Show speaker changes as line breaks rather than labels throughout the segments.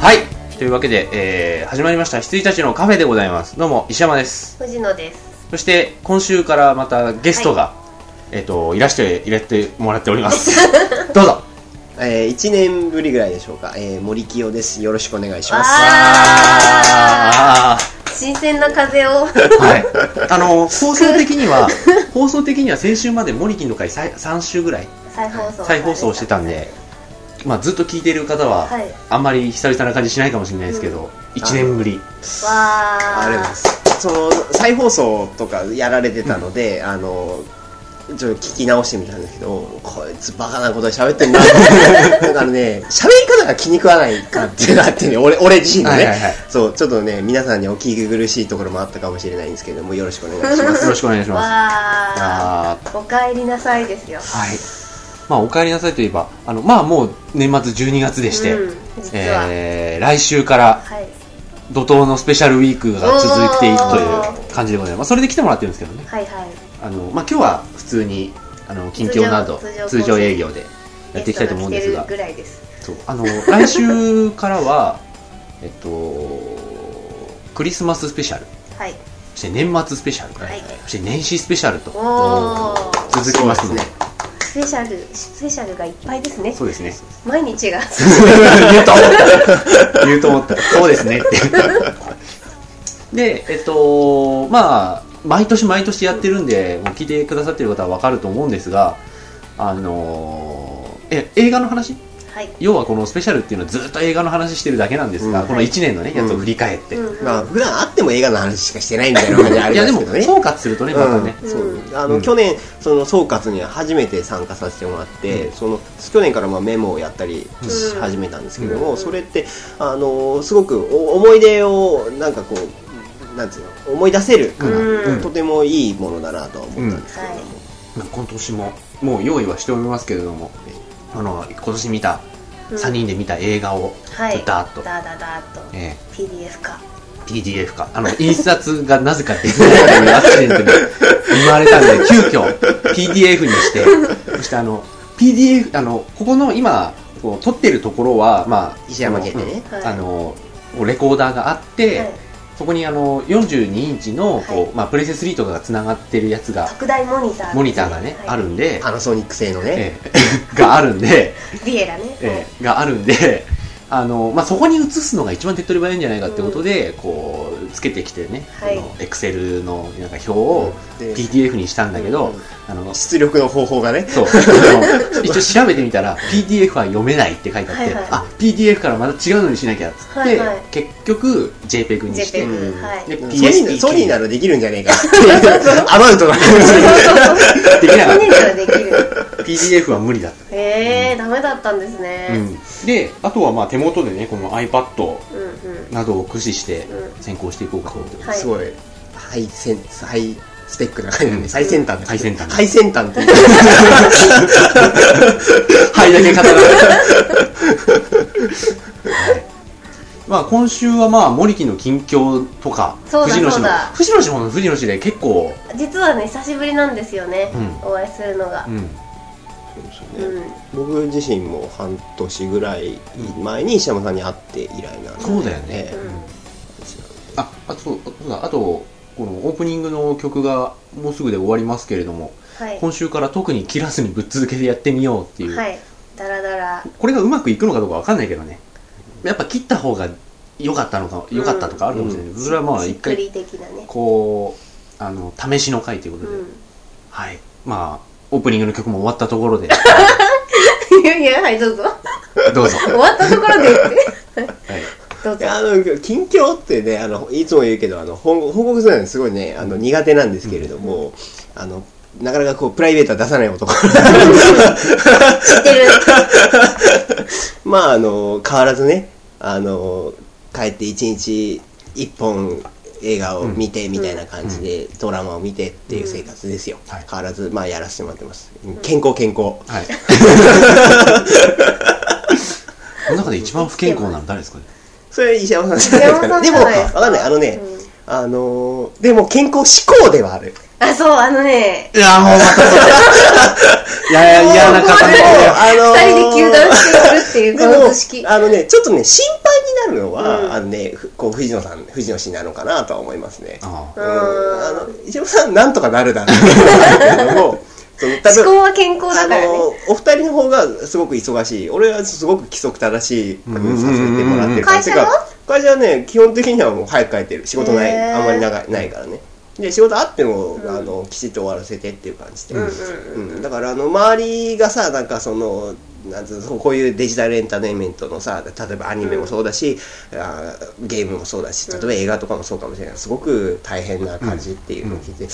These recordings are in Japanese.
はい。というわけで、えー、始まりました。羊たちのカフェでございます。どうも、石山です。
藤野です。
そして、今週からまたゲストが、えっ、と、いらして、いらってもらっております。 どうぞ。
えー、1年ぶりぐらいでしょうか、えー、森清ですよろしくお願いします
あ
あー
新鮮な風を。
はい、あの放送的には放送的には先週までモリキンの回さい3週ぐらい
再放送。
再放送してたんで、まあ、ずっと聞いてる方は、
はい。
あんまり久々な感じしないかもしれないですけど、1年ぶり
わー。
ありがとうございますその再放送とかやられてたので、あのちょっと聞き直してみたんですけどこいつバカなこと喋って んなだからね喋り方が気に食わないかっていうのがあってね俺俺自身のね、
はいはいはい
そうちょっとね皆さんにお聞き苦しいところもあったかもしれないんですけどもよろしくお願いします
よろしくお願いし ますあ
わー。お帰りなさいですよ。
ーはいまあお帰りなさいといえばあのまあもう年末12月でして、
うん、実は。
えー来週から
はい。
怒涛のスペシャルウィークが続いていくという感じでございます、まあそれで来てもらってるんですけどね
はいはい。
あの、まあ、今日は普通にあの近況など
通
通
常
常営業でやっていきたいと思うんです
ゲスト
が
来てるぐらいです。
そうあの来週からは えっとクリスマススペシャル
はい。
そして年末スペシャル、
はい
そして年始スペシャルと
おー
続きますので
スペシャル、スペシャルがいっぱいですね。
そうですね
毎 日が。
言うと思った言うと思ったそうですねってでえっとまあ毎年毎年やってるんでもう聞いてくださってる方は分かると思うんですがあのえ映画の話
はい。
要はこのスペシャルっていうのはずっと映画の話してるだけなんですが、
うん
この1年のね、やつを振り返って、
うんうん
まあ普段会っても映画の話しかしてないみたいな感じあ
い
り
や
ま
ですも
けどね
総括するとねまたね、
うん
そうあの、
うん
去年その総括には初めて参加させてもらって、
うん
その去年からまあメモをやったり
うん
し始めたんですけども、
うん
それってあのすごくお思い出をなんかこうなんつうの思い出せるから、
うん
とてもいいものだなとは思ったんですけども、
うん
まあ今年ももう用意はしておりますけれどもあの今年見た
うん
3人で見た映画を、
はい。
ダーッと、
だだだーっと。
え
PDF か。
ー PDF かあの印刷がなぜかっていうアクシデントに見舞われたんで急遽 PDF に してそしてあの PDF あのここの今こう撮ってるところはまあ
石山家でね、
はい。
あのレコーダーがあって、
はい
そこにあの42インチのこう、
はい
まあ、プレセ3とかがつながってるやつが
拡大モニター。
モニターがね、
は
あ
い
る。んで、
パナソニック製のね、
ええ があるんで、
ビエラね。
ええがあるんであの、まあ、そこに映すのが一番手っ取り早いんじゃないかってことで、こうつけてきてね
はい
エクセルのなんか表を
で
PDF にしたんだけど、
うん
あの
出力の方法がね
そうあの一応調べてみたら PDF は読めないって書いてあって、
はいはい
あ PDF からまた違うのにしなきゃっつって、
はいはい
結局 JPEG にして
JPEG はい
で
ソ
PSP
ニーソニーならできるんじゃねえかっていうアバウトな感
で
じ
きなかっ
去年からできる
た PDF は無理だった、
へえー、ダメだったんです
う
ね
ん、であとはまあ手元でねこの iPad
うんうん
などを駆使して
うん
先行していこうかと思ってます、
はい
すごい、ハイセンス、ハイスペックな感じなんで、最先端な
最先端
最先端っていう。
はい、だけ語らない。 まあ今週はまあ森木の近況とか
そうだ
藤野氏
そう
の
だ
藤野氏も藤野氏で結構、
実はね久しぶりなんですよね、
うん
お会いするのが
うん、
うん、
僕自身も半年ぐらい前に石山さんに会って以来なんで、
そうだよね
ええ
うん
ああとそうだあとこのオープニングの曲がもうすぐで終わりますけれども
はい
今週から特に切らずにぶっ続けてやってみようっていう、
はいだらだら
これがうまくいくのかどうかわかんないけどねやっぱ切った方が良かったのか良かったとかあるかもしれない、それはまあ
し
一
っく
回
り的なね
こうあの試しの回ということ
う
で、
ん
はい。まあ、オープニングの曲も終わったところで、
いやいやはいどうぞ
どうぞ。
終わったところで言って
はい。
どうぞ
であの近況ってねあのいつも言うけどあの報報告するのはすごいねあの苦手なんですけれども、あのなかなかこうプライベートは出さない男
知ってる
まああの変わらずねあの帰って一日一本映画を見てみたいな感じで、ドラマを見てっていう生活ですよ、
うんはい
変わらずまあやらせてもらってます健康健康
はい。この中で一番不健康なの誰ですかね
それ石山さんじゃないですかねで
石
も
山さんじゃないです
わかんないあのね、
うん
あのーでも健康志向ではある
あ、そう、あのね、
いや、もうまた それ。いやいや、嫌な方ね。
あの
二人で球団してくるってい
で
うこの
も
図式。
あのねちょっとね心配になるのは、
うん
あのねふこう藤野さん藤野氏なのかなとは思いますね。
あ
う
あ
ん
うんあの一山さんなんとかなるだろうけど もそう
思
多分
考は健康だから
あ
ね。
のお二人の方がすごく忙しい俺はすごく規則正しい確認させてもらってるから
会社の
てか会社はね基本的にはもう早く帰ってる仕事ない、
へー
あんまり長いないからねで仕事あっても、
うん
あのきちっと終わらせてっていう感じで、
うんうんうん。
うん、だからあの周りがさなんかそのなんつうのこういうデジタルエンターテインメントのさ例えばアニメもそうだし、あーゲームもそうだし例えば映画とかもそうかもしれないすごく大変な感じっていうのを聞いて、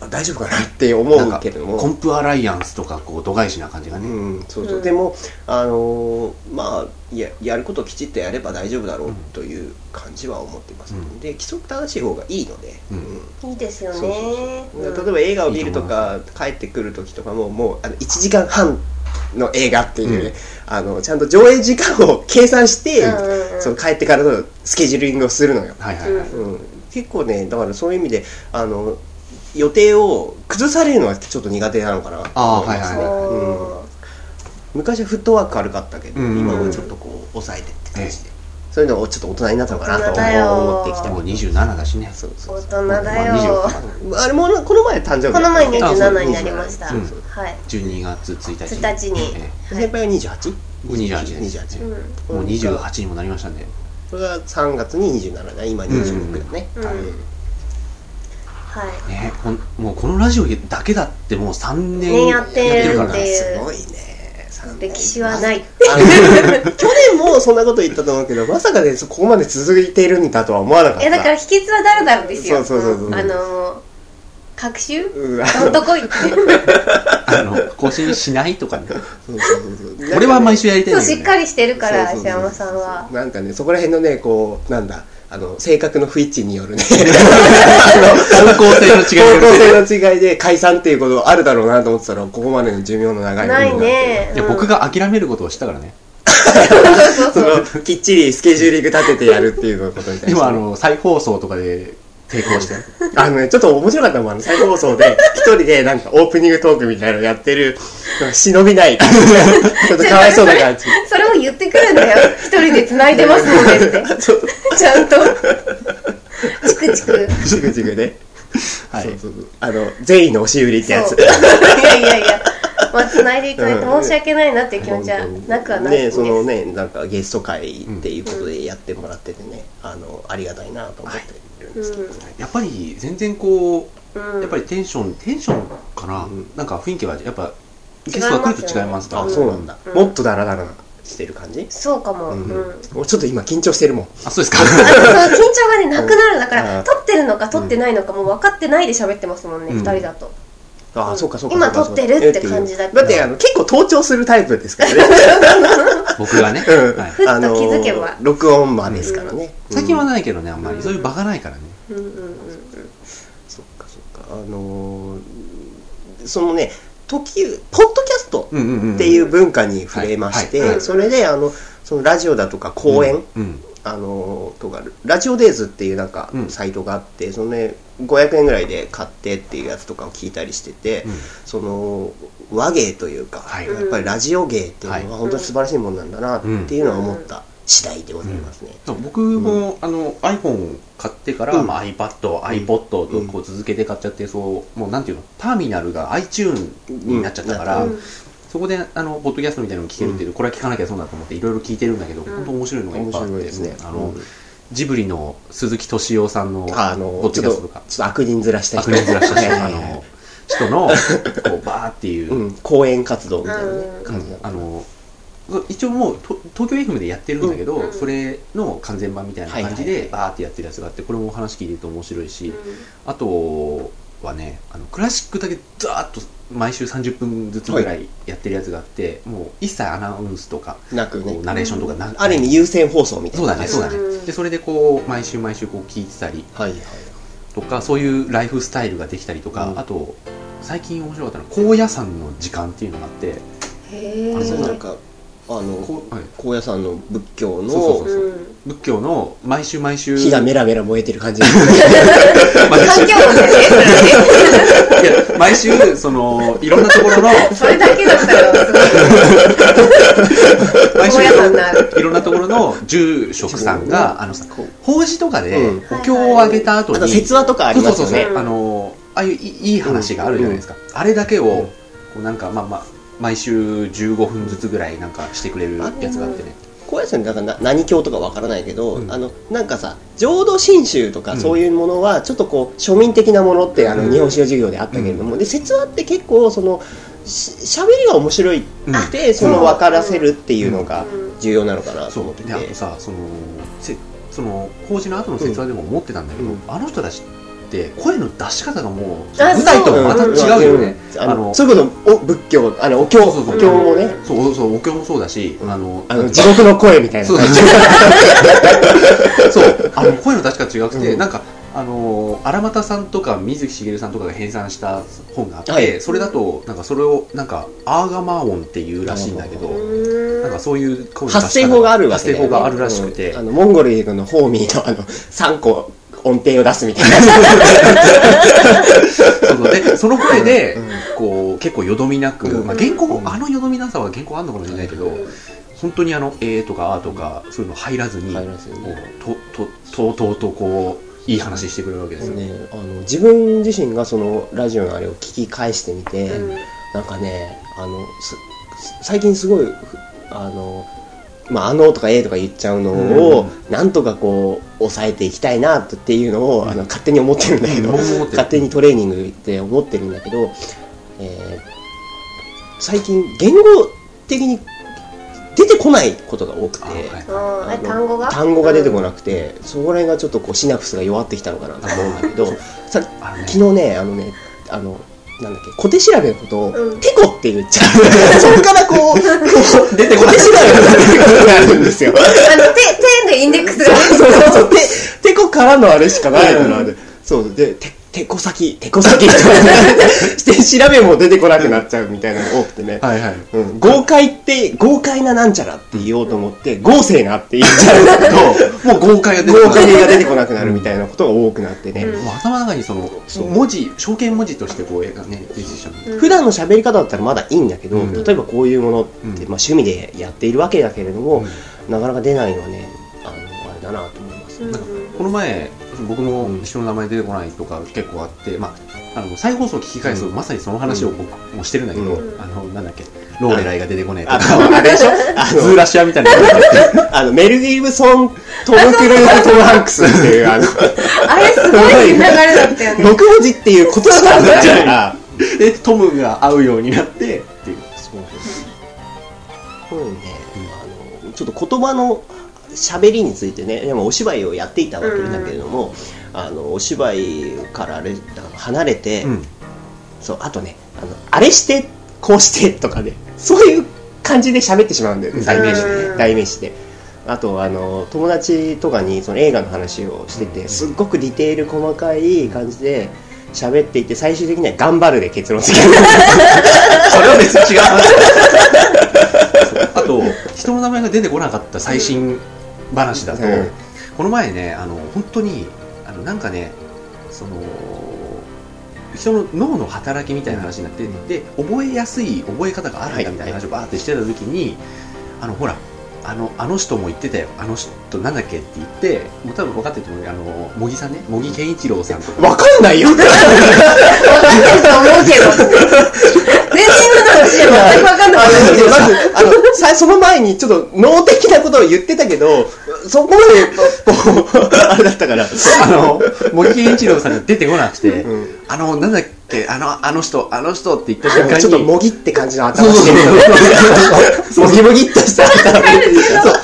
あ大丈夫かなって思
なん
う
か
けれども
コンプアライアンスとか、こう、度外視な感じがね。
うん、そうそう、
うん
でもあのーまあややることをきちっとやれば大丈夫だろうという感じは思ってま
う
す、
ん
で規則正しい方がいいので、
うん
いいですよ
そうそう
ね。
そう
うん
例えば映画を見るとか帰ってくる時とかももうあの1時間半の映画っていうね、あのちゃんと上映時間を計算して、
うんうんうん
その帰ってからのスケジューリングをするのよ、
はいはいはい。
うん、結構ねだからそういう意味であの予定を崩されるのはちょっと苦手なのかな
あーはいはい
そう
昔はフットワーク軽かったけど、
うん
今はちょっとこう抑えてって感じで、
え
そういうのをちょっと大人になったのかな
大人だよ
と思ってきた
もう27だしね。
そうそ
大
うそう
人だ
まあ
よ。
27
あれもなこの前誕生日
この前
にあ
27になりました。
うん
はい。
12月1日。
1日に
え
先輩は 28?28
28です
28
うん。
えもう28にもなりましたんで。
これが3月に27だ今26だね、
うん
はい
うんはい。
ねこんもうこのラジオだけだってもう3
ね
年
やってる
やってるから
って
ね。
いう
すごいね三年
歴史はない。
あの去年もそんなこと言ったと思うけどまさかねそここまで続いてるんだとは思わなかった
いやだから秘訣はだらだらですよ。
そうそうそうそう
あのー、学習
うんあ
どん
の
とこいって。
あの、更新しないとかね。
そうそうそうそう
俺は毎週や りたいん
そ
だ
う、
よね
しっかりしてるから、
そう
石
そうそう
山さんは。
なんかねそこら辺のねこうなんだあの性格の不一致によ るね
方向性の違い
方
がね
向性の違いで解散っていうことあるだろうなと思ってたらここまでの寿命の長いもの
な
に
い
って
ね。
いや
うん
僕。が諦めることをしたからね。
そうそ
そ
うそう。
のきっちりスケジューリング立ててやるっていうことに対して
今、あの、再放送とかで抵抗 して。
あのね、ちょっと面白かったのもん、あの、再放送で、一人でなんかオープニングトークみたいなのやってる、なんか忍 びない、ちょっとかわいそうな感じ。
それを言ってくるんだよ。一人で繋いでますもんねっ て。
そう、
ちゃんと。チクチク。
ジグジグで。
はい
そうそうそう。あの、善意の押し売りってや
そ
つ
う。い。やいやいや。まあ、繋いでいただいて申し訳ないなっていう気持ちは
本当に
なくはない
ね、
です
そ
ね。
のね、なんかゲスト会っていうことでやってもらっててね、あの、ありがたいなと思ってるんですけど。
やっぱり全然こ
うん。う
う、
ん
やっぱりテンション、テンションかな、
うん
なんか雰囲気は、やっぱ、
違い
ゲ
ますよね
ストが来ると違いますから。
あ、そうなんだ。
うん
もっとダラダラしてる感じ
そうかも。
う
うんん。
俺ちょっと今緊張してるもん。
あ、そうですか。
あ のその緊張がねなくなるだか
うん
ら撮ってるのか撮ってないのかもう分かってないで喋ってますもんね、
うん
二人だと
あ
う
あ、
ん
そうかそうか。
今
そうか
撮ってるって感じだけど
だって、あの、結構盗聴するタイプですか らね。
僕がね、
うん
はい
ふっと気づけば
あの録音マンですからね、
最近は
うん
ないけどね、あんまり。そういう場がないからね。
うんうんうんうん
そっかそっかあのーそのね時ポッドキャスト
うんうんうん。
っていう文化に触れまして、
はいはい
はい
それであのそのラジオだとか講演、
うん。うん。
あのーとかラジオデイズっていうなんか
うん
サイトがあって、そのね500円ぐらいで買ってっていうやつとかを聞いたりしてて、
うん
その和芸というか、
はい
やっぱりラジオ芸っていう
は
のは本当に素晴らしいもんなんだなっていうのは思った次第でございますね。
そう僕も、あの iPhone を買ってから、
うん
まあ、iPad、iPod とこう続けて買っちゃって、そうもうなんていうのターミナルが iTune になっちゃったから、
うん
そこであのポッドキャストみたいなのを聞けるっていう、これは聞かなきゃそうだと思っていろいろ聞いてるんだけど、
ん
本当面白いのがいっ
面
ぱいあって
白いですね。
あの、
うん
ジブリの鈴木敏夫さんのポ
あ
ッ
の
ドキ
ち
ャ
ょっ
ス
と
トとか
ちょっと悪人ずらした
悪
人
人ずら した人
は
あ
いはいはい
の人のこうバーっていう、
うん、講演活動みたいなね
うん
感じだった
あの一応もうと東京 FM でやってるんだけど、
うん
それの完全版みたいな感じ
はい
でバーってやってるやつがあってこれもお話聞いてると面白いし、あとはねあのクラシックだけザーッと毎週30分ずつぐらいやってるやつがあって、もう一切アナウンスとか、
なく
こ
ね
うナレーションとかな、
ある意味優先放送みたい
そう
な
だ
感
ね
じ
そうだね、
うん
でそれでこう毎週毎週こう聞いてたり
はいはい
とかそういうライフスタイルができたりとか、
うん
あと最近面白かったのは高野山の時間っていうのがあって
へえ
あ
あ
そ
の
うだ
なんかあの
こうはい
高野山の仏教の
そうそうそう
うん。
仏教の毎週毎週
火がメラメラ燃えてる感じ
毎週
環境音だよね、それね。
いや毎週そのいろんなとこ ろの
それだけだったら、すごい
毎週
高野山のある
いろんなところの住職さん があのさ
こう
法事とかで
うん
お経をあげた後
あ
に、
と説話とかあり
そう
ま
そう
す
そう
よ
そう、
ね
うん
あのああいういいいい話があるじゃないですか、あれだけを、
うん
こうなんかまあまあ毎週15分ずつぐらいなんかしてくれるやつがあってね
高野山なんかな何教とかわからないけど、
うん
あのなんかさ浄土真宗と
う
か
ん
そういうものはちょっとこう庶民的なものってあの、
うん
日本史の授業であったけれども、で説話って結構そのしゃべりが面白いって、その分からせるっていうのが
うん
重要なのかなと思
そ
って
う
て、
であとさそのせその法事の後の説話でも思ってたんだけど、
うん
あの人たちって声の出し方がもう
あ
舞台と
そ
は
う
また違うよね、
うんあの
あの
そういうことお仏教あのお経
そうそうそう
お経もね、
そうそうお経もそうだし、
うん
あの
あの地獄の声みたいな
そう
感じ
そうあの声の出し方違くて、
うん
なんかあのー荒俣さんとか水木しげるさんとかが編纂した本があって、
はい
それだとなんかそれをなんかアーガマ音っていうらしいんだけど、
うん
なんかそういう声の出し方
発声法があるわけ
発声法があるらしくて、
うんあのモンゴルのホーミーのあの3個音程を出すみたいな
そのでその声で、
うん
こう結構よどみなく、
うん
まあ、原稿、
うん
あのよどみなさは原稿あるのかもしれないけど、本当にあの「えー」とか「あ」とかそういうの入らずに、
入らずに
もうとととうとうとこういい話してくれるわけですよ、
ね、あの自分自身がそのラジオのあれを聞き返してみて、
うん
なんかねあのすす最近すごいふあの、まあ、あのとかええとか言っちゃうのを、なんとかこう抑えていきたいなっていうのを、あの勝手に思ってるんだけど、
僕も思ってる
勝手にトレーニングって思ってるんだけど、えー最近言語的に出てこないことが多くて。
あはい
あーえ単語が
単語 が出てこ
い。
なくて、そこら辺がちょっとこうシナプスが弱ってきたのかなと思うんだけどさ
あのね
昨日ね、あのね、あの、なんだっけ、小手調べのことを、
うん
テコって言っちゃう。そこからこう、出てこない。小手調べのってことがあるんですよ。
あの、手、手でインデックスが。
そうそうそう、て、てこからのあれしかないから、そう、で、て、てこ先、てこ先とかして、調べも出てこなくなっちゃうみたいなのが多くてね。
はいはい
うん、豪快って、豪快ななんちゃらって言おうと思って、豪勢なって言っちゃうと、
もう豪快が出て
豪
くる
快が出てこなくなるみたいなことが多くなってね。
うん
もう頭の中にその
そう
文字証券文字としてこう絵がね出てきちゃう
うん
普段の喋り方だったらまだいいんだけど、
うん
例えばこういうものって、
うん
まあ、趣味でやっているわけだけれども、
う
なかなか出ないのはねあのあれだなと思います、
うん
なんかこの前僕の人の名前出てこないとか結構あって、まあ、あの再放送聞き返すと、
うん
まさにその話を僕もしてるんだけど、
うん
あのなんだっけローレライが出てこないと
あ
か
のあれでしょあ
ズーラシアみたいなのがあって
の あのメル・ギブソントム・クルーズ・トム・ハンクスってい うあの
あれ、すごい流れだったよね。
6文字っていうことしかなっちゃう から
でトムが会うようになってっていう
そうこういうね、あのちょっと言葉の喋りについてねでもお芝居をやっていたわけだけれども、あのお芝居からあれあの離れて、
うん
そうあとねあのあれしてこうしてとかねそういう感じで喋ってしまうんだよね代名詞で
う
ね
ん
代名詞であとあの友達とかにその映画の話をして
う
て
ん
すっごくディテール細かい感じで喋っていて最終的には「頑張る」で結論付ける
そ れは別に違う話あと人の名前が出てこなかった最新話だと、
うん
この前ねあの本当にあのなんかねその人の脳の働きみたいな話になって、
うん
で覚えやすい覚え方があるんだみたいな話をバーってしてた時に、あのほらあのあの人も言ってたよあの人なんだっけって言ってもう多分分かってると思うよあの茂木さんね茂木健一郎さんと か
わかんないよ
分かってると思うけど。全然今の話じゃ全く分かんな
あ
かっ
のまずあのさその前にちょっと脳的なことを言ってたけどそこまでこうあれだったから、
あの茂木健一郎さんが出てこなくて、
うん
あの、なんだっけ、あの、あの人、あの人って言った瞬
で
間
も
に。
ちょっともぎって感じの頭してるよね。
そうそうそう
もぎもぎっとした頭
そう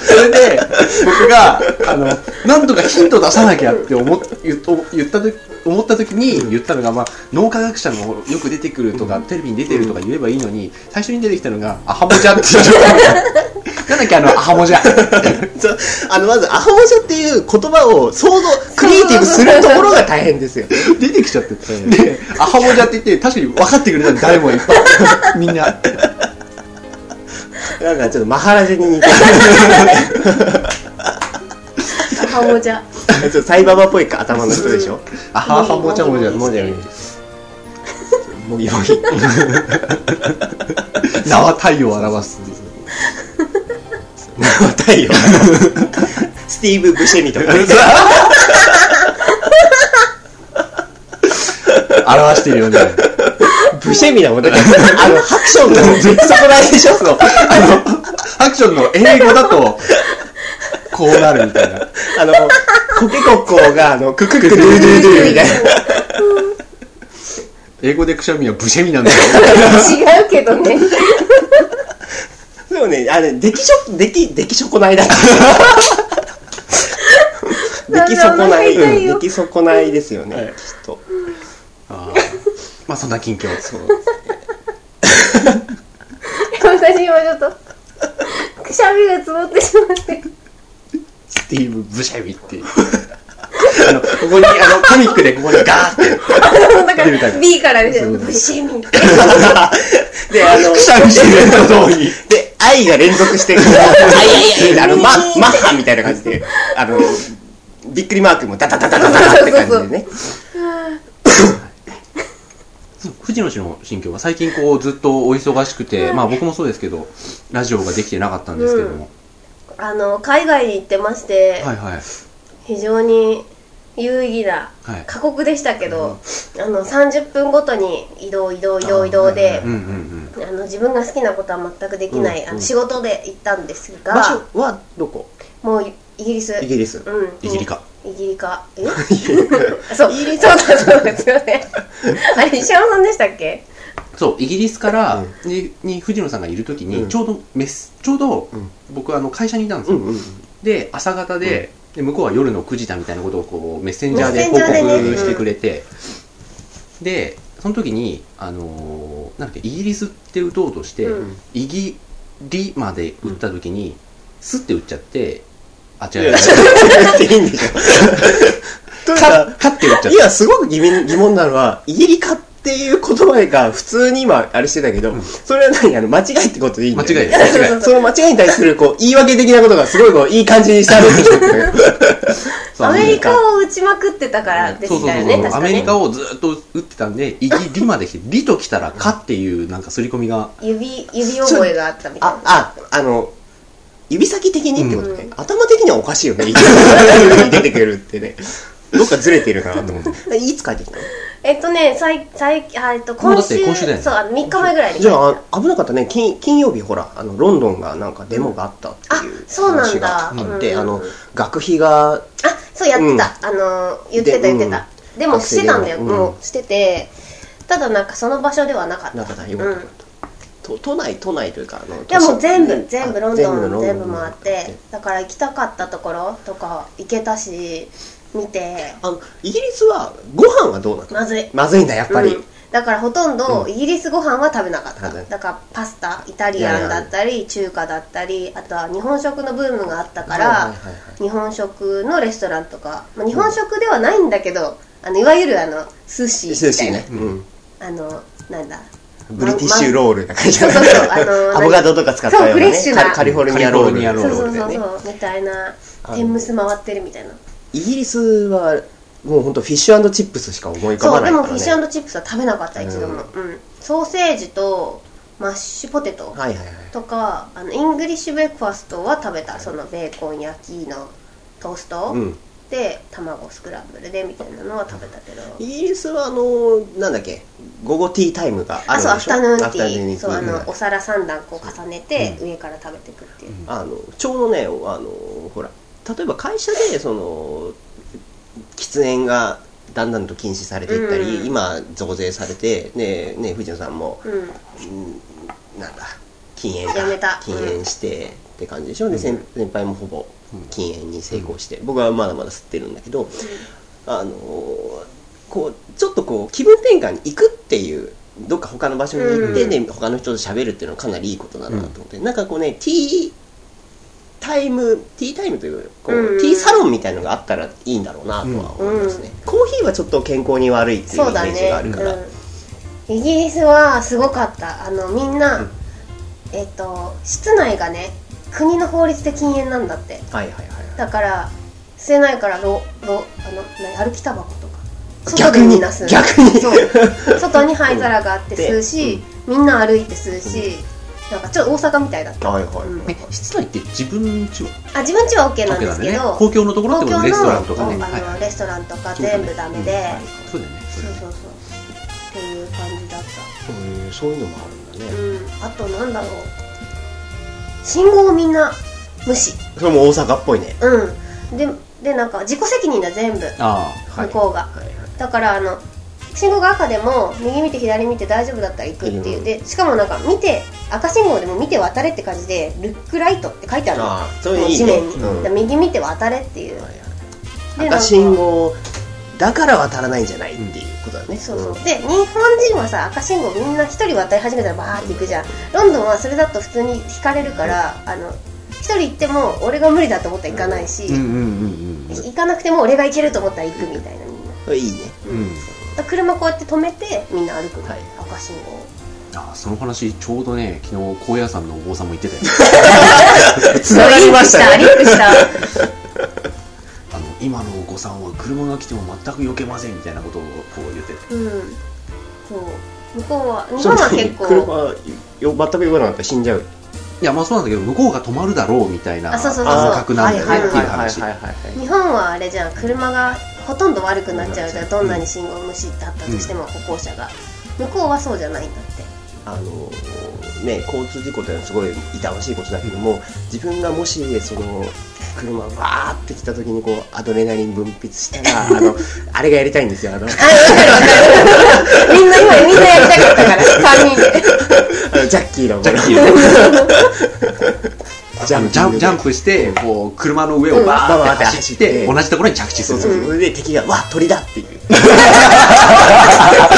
それで、僕 が、あの、なんとかヒント出さなきゃって思っ言っ言ったと思った時に言ったのが、まあ、脳科学者のよく出てくるとか、テレビに出てるとか言えばいいのに、最初に出てきたのが、アハモジャっていう。なんだっけ、あの、アハモジャ。
そうあの、まず、アホモジャっていう言葉を想像、クリエイティブするところが大変ですよ。
出てきちゃって。で、アハモジャって言って、確かに分かってくれたの、誰もいっぱい。みんな。
なんかちょっとマハラジャに似て
母親じゃ
るちょっとサイババっぽい頭の人でしょ
あははもじゃもじゃ
もじゃもじゃもぎもぎ
名は太陽を表すんですね
太陽スティーブ・ブシェミとか
表してるよね
ブシェミだもんだってあのハクションのそこら辺でしょ
そうあのアクションの英語だとこうなるみたいな
あのコケコッコーがあのクククドゥドゥドゥみたいな
英語でくしゃみはブシェミなんだ よ
違うけどね
でもねあれ出来しょ出来出来損ないだ出来損ない
なんでお腹痛いよ
うん出来損ないですよね、
はい
きっと
あーまあそんな近況そう
私今ちょっとくしゃみが積もってしまって
スティーブ・ブシェミっていうあのここにあのコミックでここにガーって
だか
出るタイ
ら
プ
B からみたいなブシミって
であの
くしゃみしてるやつの通り
で愛が連続してこう「あいやいやいや」あのママッハみたいな感じであのびっくりマークもダダダダダダって感じでね
藤野氏の心境は最近こうずっとお忙しくて、まあ僕もそうですけどラジオができてなかったんですけども、
あの海外に行ってまして、
はいはい
非常に有意義な
はい
過酷でしたけど、あの30分ごとに移動移動移動移動で
うんうんうん
あの自分が好きなことは全くできない、
うん
あ
うん
の仕事で行ったんです
場
が
所はどこ
もうイギリス
イギリス
うん
いじりか
イギリカえ そうイギリそうだそうですよねあれ石山さんでしたっけ
そうイギリスから
う
にに藤野さんがいる時
う
に
ん
ちょうどメスちょうど
うん
僕あの会社にいたんです
う
よ、
んうん
で朝方で,、で向こうは夜の9時だみたいなことをこうメッセンジャーで
メッ
報
セン
告
ジャーでね
してくれて、でその時にあのーなんだっけイギリスって打とうとして、
うん
イギリまで打った時に、スって打っちゃってあ
い
違う違
や
う
いいんでしょという
か
か
かって打っちゃっ
いやすごく疑問疑問なのはイギリカっていう言葉が普通に今あれしてたけど、それは何あの間違いってことでいいん
た
だ
間
よ、
違い
ね、
です間違いです
そう
その間違いに対するこう言い訳的なことがすごいこういい感じにしたべてきてる
そう
ア
あの
メリカを打ちまくってたからで
そう
し
そう
た
そう
よ
そう、
ね確
ア
か
メリ
ね
カをずっと打ってたんで、イギリまで来て、リと来たらかっていうなんか刷り込みが、
指指覚えがあったみたいな
あああの指先的にってことね、
う
頭的にはおかしいよねイギリカに出てくるってねどっかずれてるかなと思って いつ帰ってきたの
えっとね、最最あえっと
もうだ
今
って
週
今週だよね
そうあの3日前ぐらいに
じゃああ危なかったね金金曜日ほらあのロンドンがなんかデモがあったっていう
あそうなん
話
だ
があって、
うん
あの学費が
あそうやって
うん
た、あの言ってた
で
言ってたで,、もしてたんだよ、
うん
もうしててただなんかその場所ではなかった
なかったよかったよかった、と都内都内というかあの
いやもう全
都
部
市
全部
あ
ロンドン全部回っ
ロンド
て
ン
だから行きたかったところとか行けたし見て
あのイギリスはご飯はどうなの
まずい
まずいんだやっぱり、
うんだからほとんど
う
イギリスご飯は食べなかった、
食べない
だからパスタイタリアンだったり中華だったりあとは日本食のブームがあったから、
はいはいはいはい
日本食のレストランとか、まあ、日本食ではないんだけど、あのいわゆるあの寿司みたい
寿
な
司ね、うん、
あのなんだ
ブリティッシュロールな感じ
そうそうそうあのー
アボカドとか使ったような
そうフレ
ね
ッシュな
カリカリフォルニアロール
カリフォルニアロ
そう
ー
そう
ル
そう
ね
そうみたいな
あの
天むす回ってるみたいな
イギリスはもうほんとフィッシュチップスしか思い浮か
そ
ば
う
な
で
いか
も
らね
フィッシュチップスは食べなかった一度も、うん、ソーセージとマッシュポテト
はいはいはい
とかあのイングリッシュブレックファーストは食べたそのベーコン焼きのトースト、
うん
で卵スクランブルでみたいなのは食べたけど
イギリスはあのーなんだっけ午後ティータイムがあ
あ
るんでし
そ
ょ
うアフタヌーンティー
アフ
そう
タ
あ
ヌーンティー
の、お皿3段こう重ねて、上から食べていくっていう、
あのちょうどねあのほら例えば会社でその喫煙がだんだんと禁止されていったり、
うん
今増税されてねね藤野さんも、
うん
うんなんだ禁煙
やめた
禁煙してって感じでしょ、で先先輩もほぼ禁煙に成功して、僕はまだまだ吸ってるんだけど、あのこうちょっとこう気分転換に行くっていうどっか他の場所に行って、
うん
で他の人と喋るっていうのはかなりいいことだなと思って、なんかこうねティータイムティータイムというかこう、
うん
ティーサロンみたいのがあったらいいんだろうなとは思いますね、コーヒーはちょっと健康に悪いってい
そ
うイ
う
メ
だ
ージがあ
ね
るから、
うんイギリスはすごかったあのみんな、えっ、と室内がね国の法律で禁煙なんだって
はいはいはい
だから吸えないからろろあの何歩きタバコとか
逆
外で
に
みんな吸う
逆に
そう外に灰皿があって吸うし、みんな歩いて吸うし、なんかちょっと大阪みたいだった、
はいはいはい
うん
え室内って自分家は
あ自分家は OK
わ
なん
け
で
なん
すけ
でね
ど、
公共のところ
公
ってこと
共の
レストランとかね
うんあ
はいは
の
い
レストランとか
そうだね
全部ダメで、
そうだよねそ
そうう
だよね
そうそうっていう感じだった
うんそういうのもあるんだね
うんあとなんだろう信号をみんな無視
それも大阪っぽいね
うんででなんか自己責任だ全部
あ
はい
向こうが、
はいはい
だからあの信号が赤でも右見て左見て大丈夫だったら行くっていう、
うん
でしかもなんか見て赤信号でも見て渡れって感じでルックライトって書いてあるの
ああそれいい
地
ね
面に、
うん
で右見て渡れっていう、
はい
で
赤信号だから渡らないんじゃないっていうことだね
そう
う
そ
ん
うで日本人はさ赤信号みんな一人渡り始めたらバーって行くじゃんロンドンはそれだと普通に引かれるから、あの一人行っても俺が無理だと思ったら行かないし、
うんうんうん
行かなくても俺が行けると思ったら行くみたいなみんな
それいいね
うんうん
だから車こうやって止めてみんな歩くの、
はい
赤信号を
あその話ちょうどね昨日高野山のお坊さんも言って たよ
つながりました
リ
ね
ンクしたリンクし
あの今のお子さんは車が来ても全く避けませんみたいなことをこう言ってて
たうんそう向こうは日本は結
それ
構
はよ全く言わなかったら死んじゃう
いやまあそうなんだけど向こうが止まるだろうみたいな
あそうそうそう
感覚なんだよ
はい
ね
は
っ
い
て
はい
いう話
はいはいはい
日本はあれじゃん車がほとんど悪くなっちゃうじゃんどんなに信号無視だったとしても歩行者が向こうはそうじゃないんだって
あのね、交通事故ってのはすごい痛ましいことだけども、自分がもしその車がわーって来た時にこうアドレナリン分泌した らあのあれがやりたいんですよあの
あ、
あ
わかるわかる。みんな今みんなやりたかったから、三人で。
のジャッキーの
ジャッキー ジャンジャンプジャン
プ
プして、こう、車の上をバーって走って、
うん
同じところに着地す
そう
る。
そうそう、
うん
それで敵が 「わ鳥だ!」っていう それは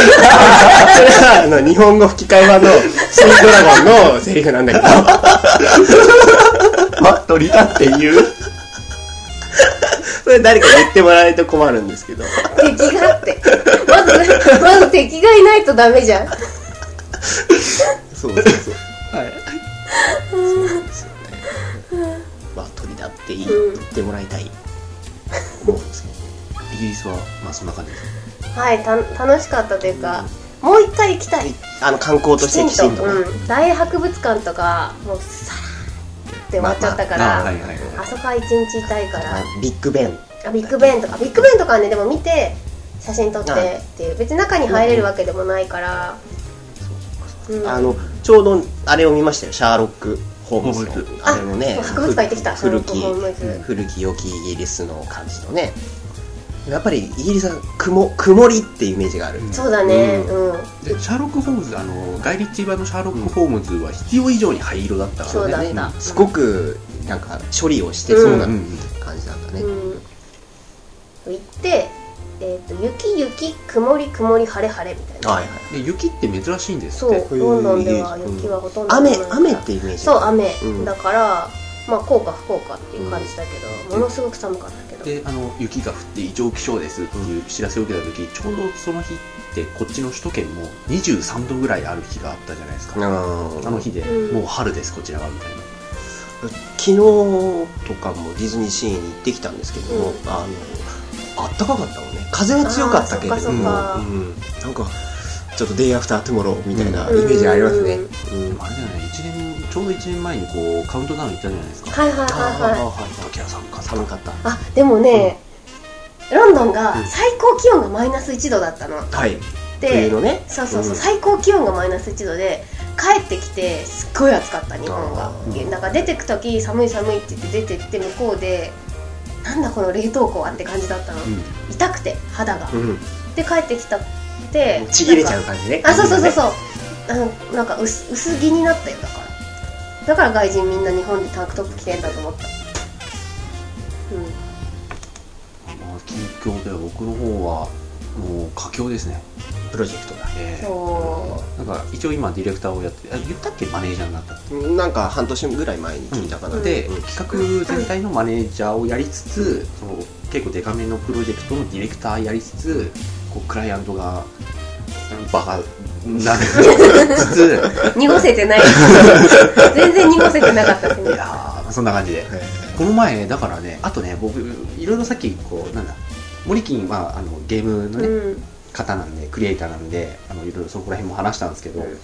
あの日本語吹き替え版の「シン・ドラゴン」のセリフなんだけど 「わ鳥だ!」っていうそれ誰か言ってもらえると困るんですけど
敵があって。まず、まず敵がいないとダメじゃん。
そうそうそう
はい
そうですよね。まあ鳥だっていい、
うん
言ってもらいたい。思うんですけどね。
イギリスは、まあそんな感じです。
はい、た、楽しかったというか、もう一回行きたい。
あの観光と
き
して
ち
きち
ん
ん
と。
と。
うん。大博物館とか、もう、さらって終わっちゃったか
あはいはい
ら、
は
あそこは一日いたいから、
あビッグベン。
あビッグベンとか、ビッグベンとかはね、でも見て、写真撮ってっていう、別に中に入れるわけでもないから、うん
あのちょうどあれを見ましたよ。シャーロック。ホームズの
ホームズ
あれもね
あ博物館行ってきた
古
シ
き
ャーロックホームズ
うん古き良きイギリスの感じのねやっぱりイギリスは曇曇りっていうイメージがある、
うん
そうだね、うん。
い。で、シャーロック・ホームズ、あの、ガイリッチ版のシャーロック・ホームズは必要以上に灰色だったか
そ
ら
う
ね。
だった
ん
すごくなんか処理をしてそうな
うんうん
感じなんだね、
うん、行って、えー、と雪雪曇り曇り晴れ晴れみたいな
はいはい
うんで、雪って珍しいんです
そ
って。
うロンドンでは雪はほとんど
雨
ない
雨ってイメージ
そう雨、
うん
だからまあこうか不幸かっていう感じだけど、
うん
ものすごく寒かったけど
であの雪が降って異常気象ですっていう知らせを受けた時ちょうどその日ってこっちの首都圏も23度ぐらいある日があったじゃないですか、
あ
あの日で、
うん
もう春ですこちらはみたいな
昨日とかもディズニーシーに行ってきたんですけども、
うん
あのあったかかったもんね風は強かったけれども
あーそっかそっか
うんなんかちょっと「デイアフタートゥモロー」みたいなイ
うん
メージありますね、うん
でもあれだよね一年ちょうど1年前にこうカウントダウン行ったじゃないですか
はいはいはいはい
あーはい
時は寒かった
寒かった
あでもね、ロンドンが
うん
最高気温がマイナス1度だったの、
はい冬
で
のね
そうそうそう、
うん
最高気温がマイナス1度で帰ってきてすっごい暑かった日本が
あー
なんか出てく時寒い寒いって言って出てって向こうでなんだこの冷凍庫はって感じだったの、
う
痛くて肌が、
うん
で帰ってきたって
ちぎれちゃう
う
感じね
あそうそうそう
う
そうあのなんか薄薄着になったよだからだから外人みんな日本でタンクトップ着てんだと思ったうん
まあ近況では僕の方はもう佳境ですね、
プロジェクトだ
え
ん
え
そ
なんか一応今ディレクターをやってあ言ったっけマネージャーになったって
なんか半年ぐらい前に聞いたかな、
うん
で、
うん
企画全体のマネージャーをやりつつ、その結構デカめのプロジェクトのディレクターやりつつこうクライアントがバカなるほど。普通。
濁せてない全然濁せてなかったです
い
ね
やーそんな感じで。この前、だからね、あとね、僕、いろいろさっき、こう、なんだ、モリキンは、あの、ゲームのね、
うん
方なんで、クリエイターなんで、あの、いろいろそこら辺も話したんですけど、
うん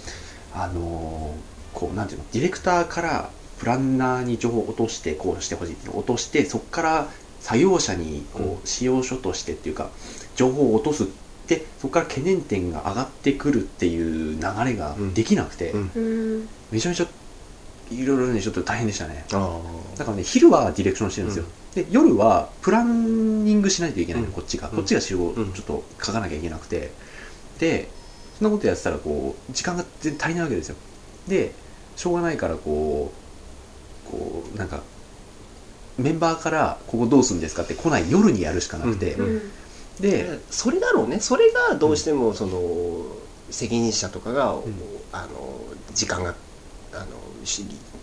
あのーこう、なんていうの、ディレクターからプランナーに情報を落として、こうしてほしいっていうのを落として、そこから作業者に、こう、使用書としてっていうか、情報を落とすって、そこから懸念点が上がってくるっていう流れができなくて、
うん
うん
めちゃめちゃ、いろいろね、ちょっと大変でしたね。
ああ
だからね、昼はディレクションしてるんですよ。で、夜はプランニングしないといけないの、
うん
こっちが。
うん
こっちが集合、
うん
ちょっと書かなきゃいけなくて。で、そんなことやってたら、こう、時間が全然足りないわけですよ。で、しょうがないから、こう、こう、なんか、メンバーから、ここどうするんですかって来ない夜にやるしかなくて。
う
で、
それだろうねそれがどうしてもその、責任者とかが、
ん
あの時間があのし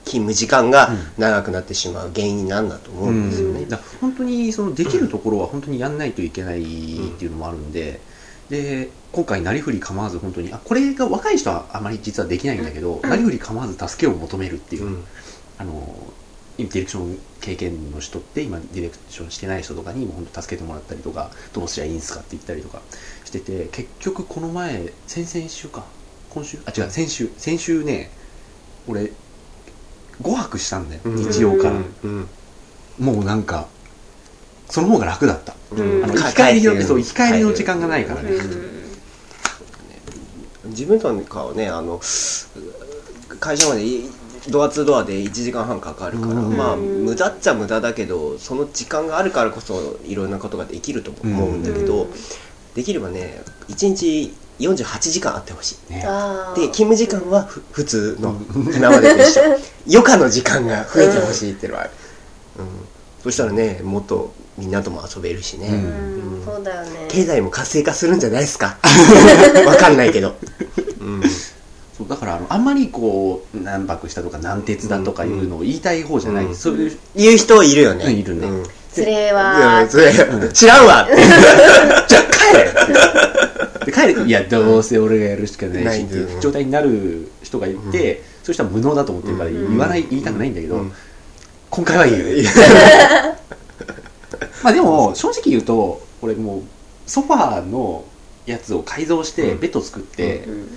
勤務時間が
うん
長くなってしまう原因なんだと思
う
うん
ん
ですよね。
だから本当にそのできるところは本当にやんないといけないっていうのもあるんで、で今回なりふり構わず本当にあこれが若い人はあまり実はできないんだけど、なりふり構わず助けを求めるっていう、
うん
あのディレクション経験の人って今ディレクションしてない人とかにも本当助けてもらったりとかどうすりゃいいんすかって言ったりとかしてて結局この前先々週か今週あ違う先週先週ね俺5泊したんだよ日曜から。
うん
もうなんか、その方が楽だった。
うん
あの
か
生き返りの、そう、生き返りの時間がないからね。
自分とかはねあの会社までいドアツードアで1時間半かかるから、
うん
まあ
うん
無駄っちゃ無駄だけどその時間があるからこそいろんなことができると思うんだけど、できればね1日48時間あってほしい。
ね
ああ
で勤務時間はふ普通の
うん
今までと一緒余暇の時間が増えてほしいっていうのはある、うん、そしたらねもっとみんなとも遊べるしね、
う
うんそうだよね
経済も活性化するんじゃないですかわかんないけど、うん、
そうだからあの、あんまりこう、何泊したとか、何鉄だとかいうのを言いたい方じゃない、
うん
そういう、
言う人いるよね、
うんいるね
うん
それ
い
は
やそれ知らんわって
で帰る、いや、どうせ俺がやるしかないしってい
ないんだ
う
よ
状態になる人がいて、そうしたら無能だと思ってるから、
うん
言わない、言いたくないんだけど、
うん
今回はいいよ。まあでも、正直言うと、俺もう、ソファーのやつを改造して、
うん
ベッド作って、
うん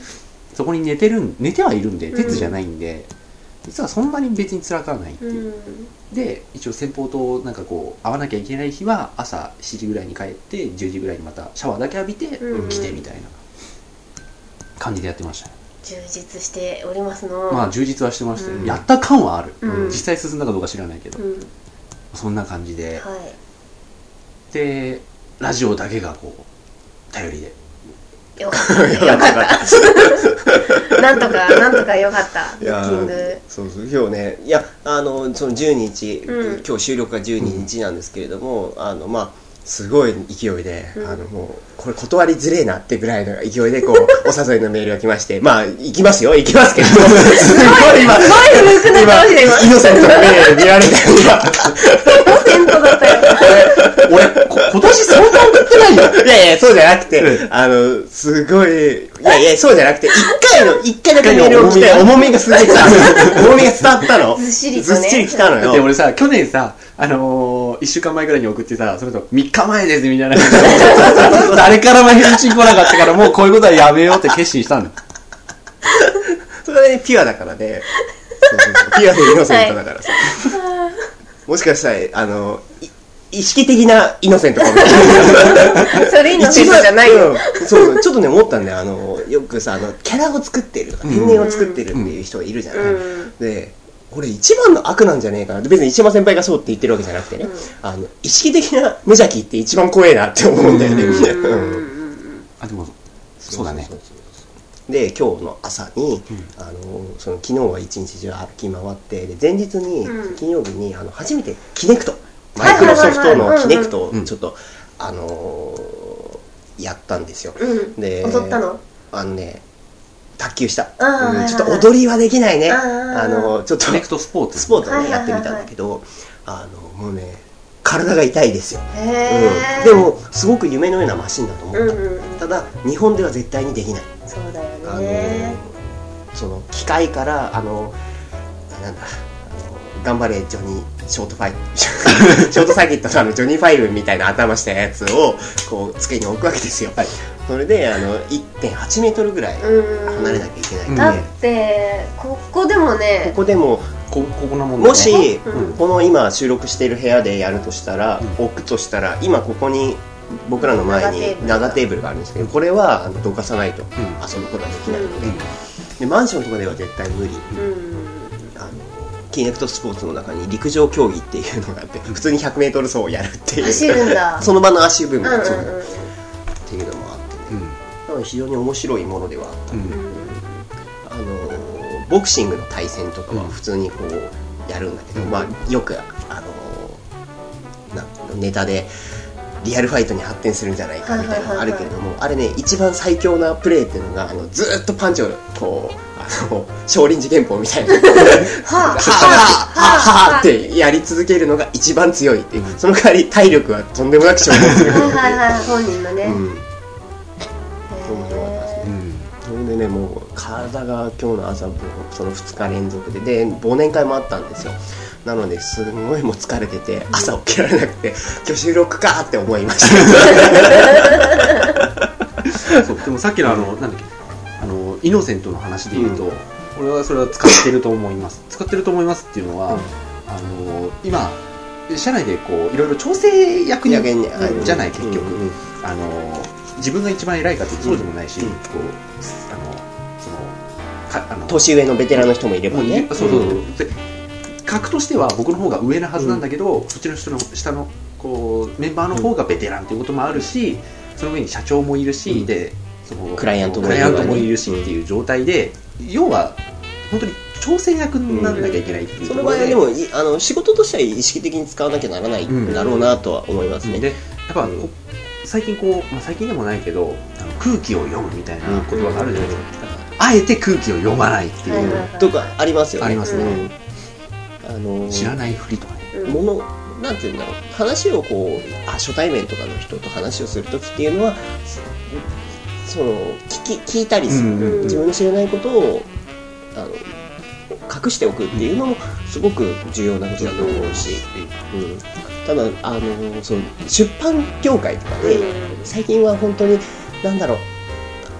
そこに寝てるん寝てはいるんで鉄じゃないんで、実はそんなに別に辛くはないって
う
いう、
ん
で一応先方となんかこう会わなきゃいけない日は朝7時ぐらいに帰って10時ぐらいにまたシャワーだけ浴びて
うん
来てみたいな感じでやってましたね、
充実しておりますの
まあ充実はしてましたよ、
うん
やった感はある、
うん
実際進んだかどうか知らないけど、
うんは
そんな感じで、
い
でラジオだけがこう頼りで
よかった。よかった。 なんとか、なんとかよかった。ブ
いや
ッキング。
そうそう今日ねいやあのその10日、
うん
今日収録が12日なんですけれども、あのまあすごい勢いで、
うん
あのもうこれ断りづれえなってぐらいの勢いでこ うお誘いのメールが来ましてまあ行きますよ行き ますけどすごい今
すごい古くなった顔して今。
イノセントなメール見られた
セントだったよ。
俺こ今年そんな送ってないよ
今 いやいやそうじゃなくて、あのすごいいやいやそうじゃなくて一回の一回だけメールが来て重みがすごい来た 重みが伝わったの
ずっしりと
ず
ね
っしり 来たの
だって
よ
俺さ、去年さ、あのー、1週間前ぐらいに送ってさ、それと3日前ですみたいな 感じで誰からも返信来なかったから、もうこういうことはやめようって決心したんだ。
それはねピュアだからねそうそうそうピュアでイノセントだか らさ、もしかしたらあのい意識的なイノセントかもしれない
それイノセントじゃないよ。
うんそうそうちょっとね思ったんだよあのよくさあのキャラを作ってるとか天然を作ってるっていう人がいるじゃない、
うん
で俺一番の悪なんじゃねえかなって別に一番先輩がそうって言ってるわけじゃなくて
う
ね、
ん
あの意識的な無邪気って一番怖えなって思うんだよね、
うんう
うん
んうん
あ、でも、そうだね。
で今日の朝に、
う
あのその昨日は一日中歩き回ってで前日に、
うん
金曜日にあの初めてキネクト
は
マ
い
イ
はい
ク
は
ロ
い
ソフトのキネクト
うんう
を
ん
ちょっと、あのーやったんですよ、
うん。
で
踊ったの
あのね卓球した、
あー
うん
はいはい
ちょっと踊りはできないね
あー
あのちょっと
コネクトスポーツ。
スポーツを
はい
ね
はいは
やっ
い
てみたんだけど、あのもうね体が痛いですよ、
へー。
うんでもすごく夢のようなマシンだと思っ
う
た、
んうんうん。
ただ日本では絶対にできない、
そうだよ
あ
ね
のその機械からあのなんだあの頑張れジョニーショートファイ ショートサーキットのあのジョニーファイルみたいな頭したやつをこう机に置くわけですよ、それであの1.8メートルぐらい
うん
離れなきゃいけないんで、
だってここでも
こ
ね
こでも
こここのもの、ね、
もし、
うん
この今収録している部屋でやるとしたら、置くとしたら今ここに僕らの前に長
長
テ
テ
ーブルがあるんですけどこれはあのどかさないと
うん
遊ぶことはでき
う
ない、
ん
でマンションとかでは絶対無理、
うん
あのキネクトスポーツの中に陸上競技っていうのがあって普通に 100m 走をやるっていう
走るんだ
その場の足踏み
うんうん
そう
うん
っていうのもあってね
うん
だから非常に面白いものではあった
うん
あのボクシングの対戦とかは
うん
普通にこうやるんだけど、
うん
まあよくあのなんネタでリアルファイトに発展するんじゃないかみたいなのがあるけれども、あれね一番最強なプレーっていうのがあのずーっとパンチをこうあの少林寺拳法みたいな はあはあ
は
はあはあってやり続けるのが一番強いっていうその代わり体力はとんでもなく消耗す
あ
る
はいはいはい本人のね、
うんそう思います
へ
ね
うん
それでねもう体が今日の朝もうその2日連続でで忘年会もあったんですよなのですんごいもう疲れてて朝起きられなくて今日収録かーって思い ました
そうでもさっきのあの、なんだっけあのイノセントの話で言うと、俺はそれは使ってると思います使ってると思いますっていうのは、
うん
あの今社内でこういろいろ調整役に
に
じゃない結局、
うんうん
あの自分が一番偉いかってそうでもないし、
うん
こうあのそのかあの
年上のベテランの人もいれば
もう
ね
いそうそうそう、で格としては僕の方が上なはずなんだけど、そっちの人の下のこうメンバーの方がベテランということもあるし、その上に社長もいるし、
うん
でその
クライアントも
ク
いる
ライア
わね
ントもいるしっていう状態で、要は本当に調整役になんなきゃいけないっていうと
その
こ
場合
ろ
は
で、
でもいあの仕事としては意識的に使わなきゃならないんだろうなとは思いますね、
うんでやっぱこ
うん
最近こう、まあ、最近でもないけどあの空気を読むみたいな言葉があるじゃないですか、あえて空気を読まないっていう、
はいはいはい
とかありますよね。
あります
ね
うんあの
知らないふりとかね
えうん
ものなんていうんだろう話をこうあ初対面とかの人と話をする時っていうのはそその聞き聞いたりする、
うん
自分の知らないことをあの隠しておくっていうのもすごく重要なことだと思うし、うん、ただあのその出版業界とかで、最近は本当に何だろう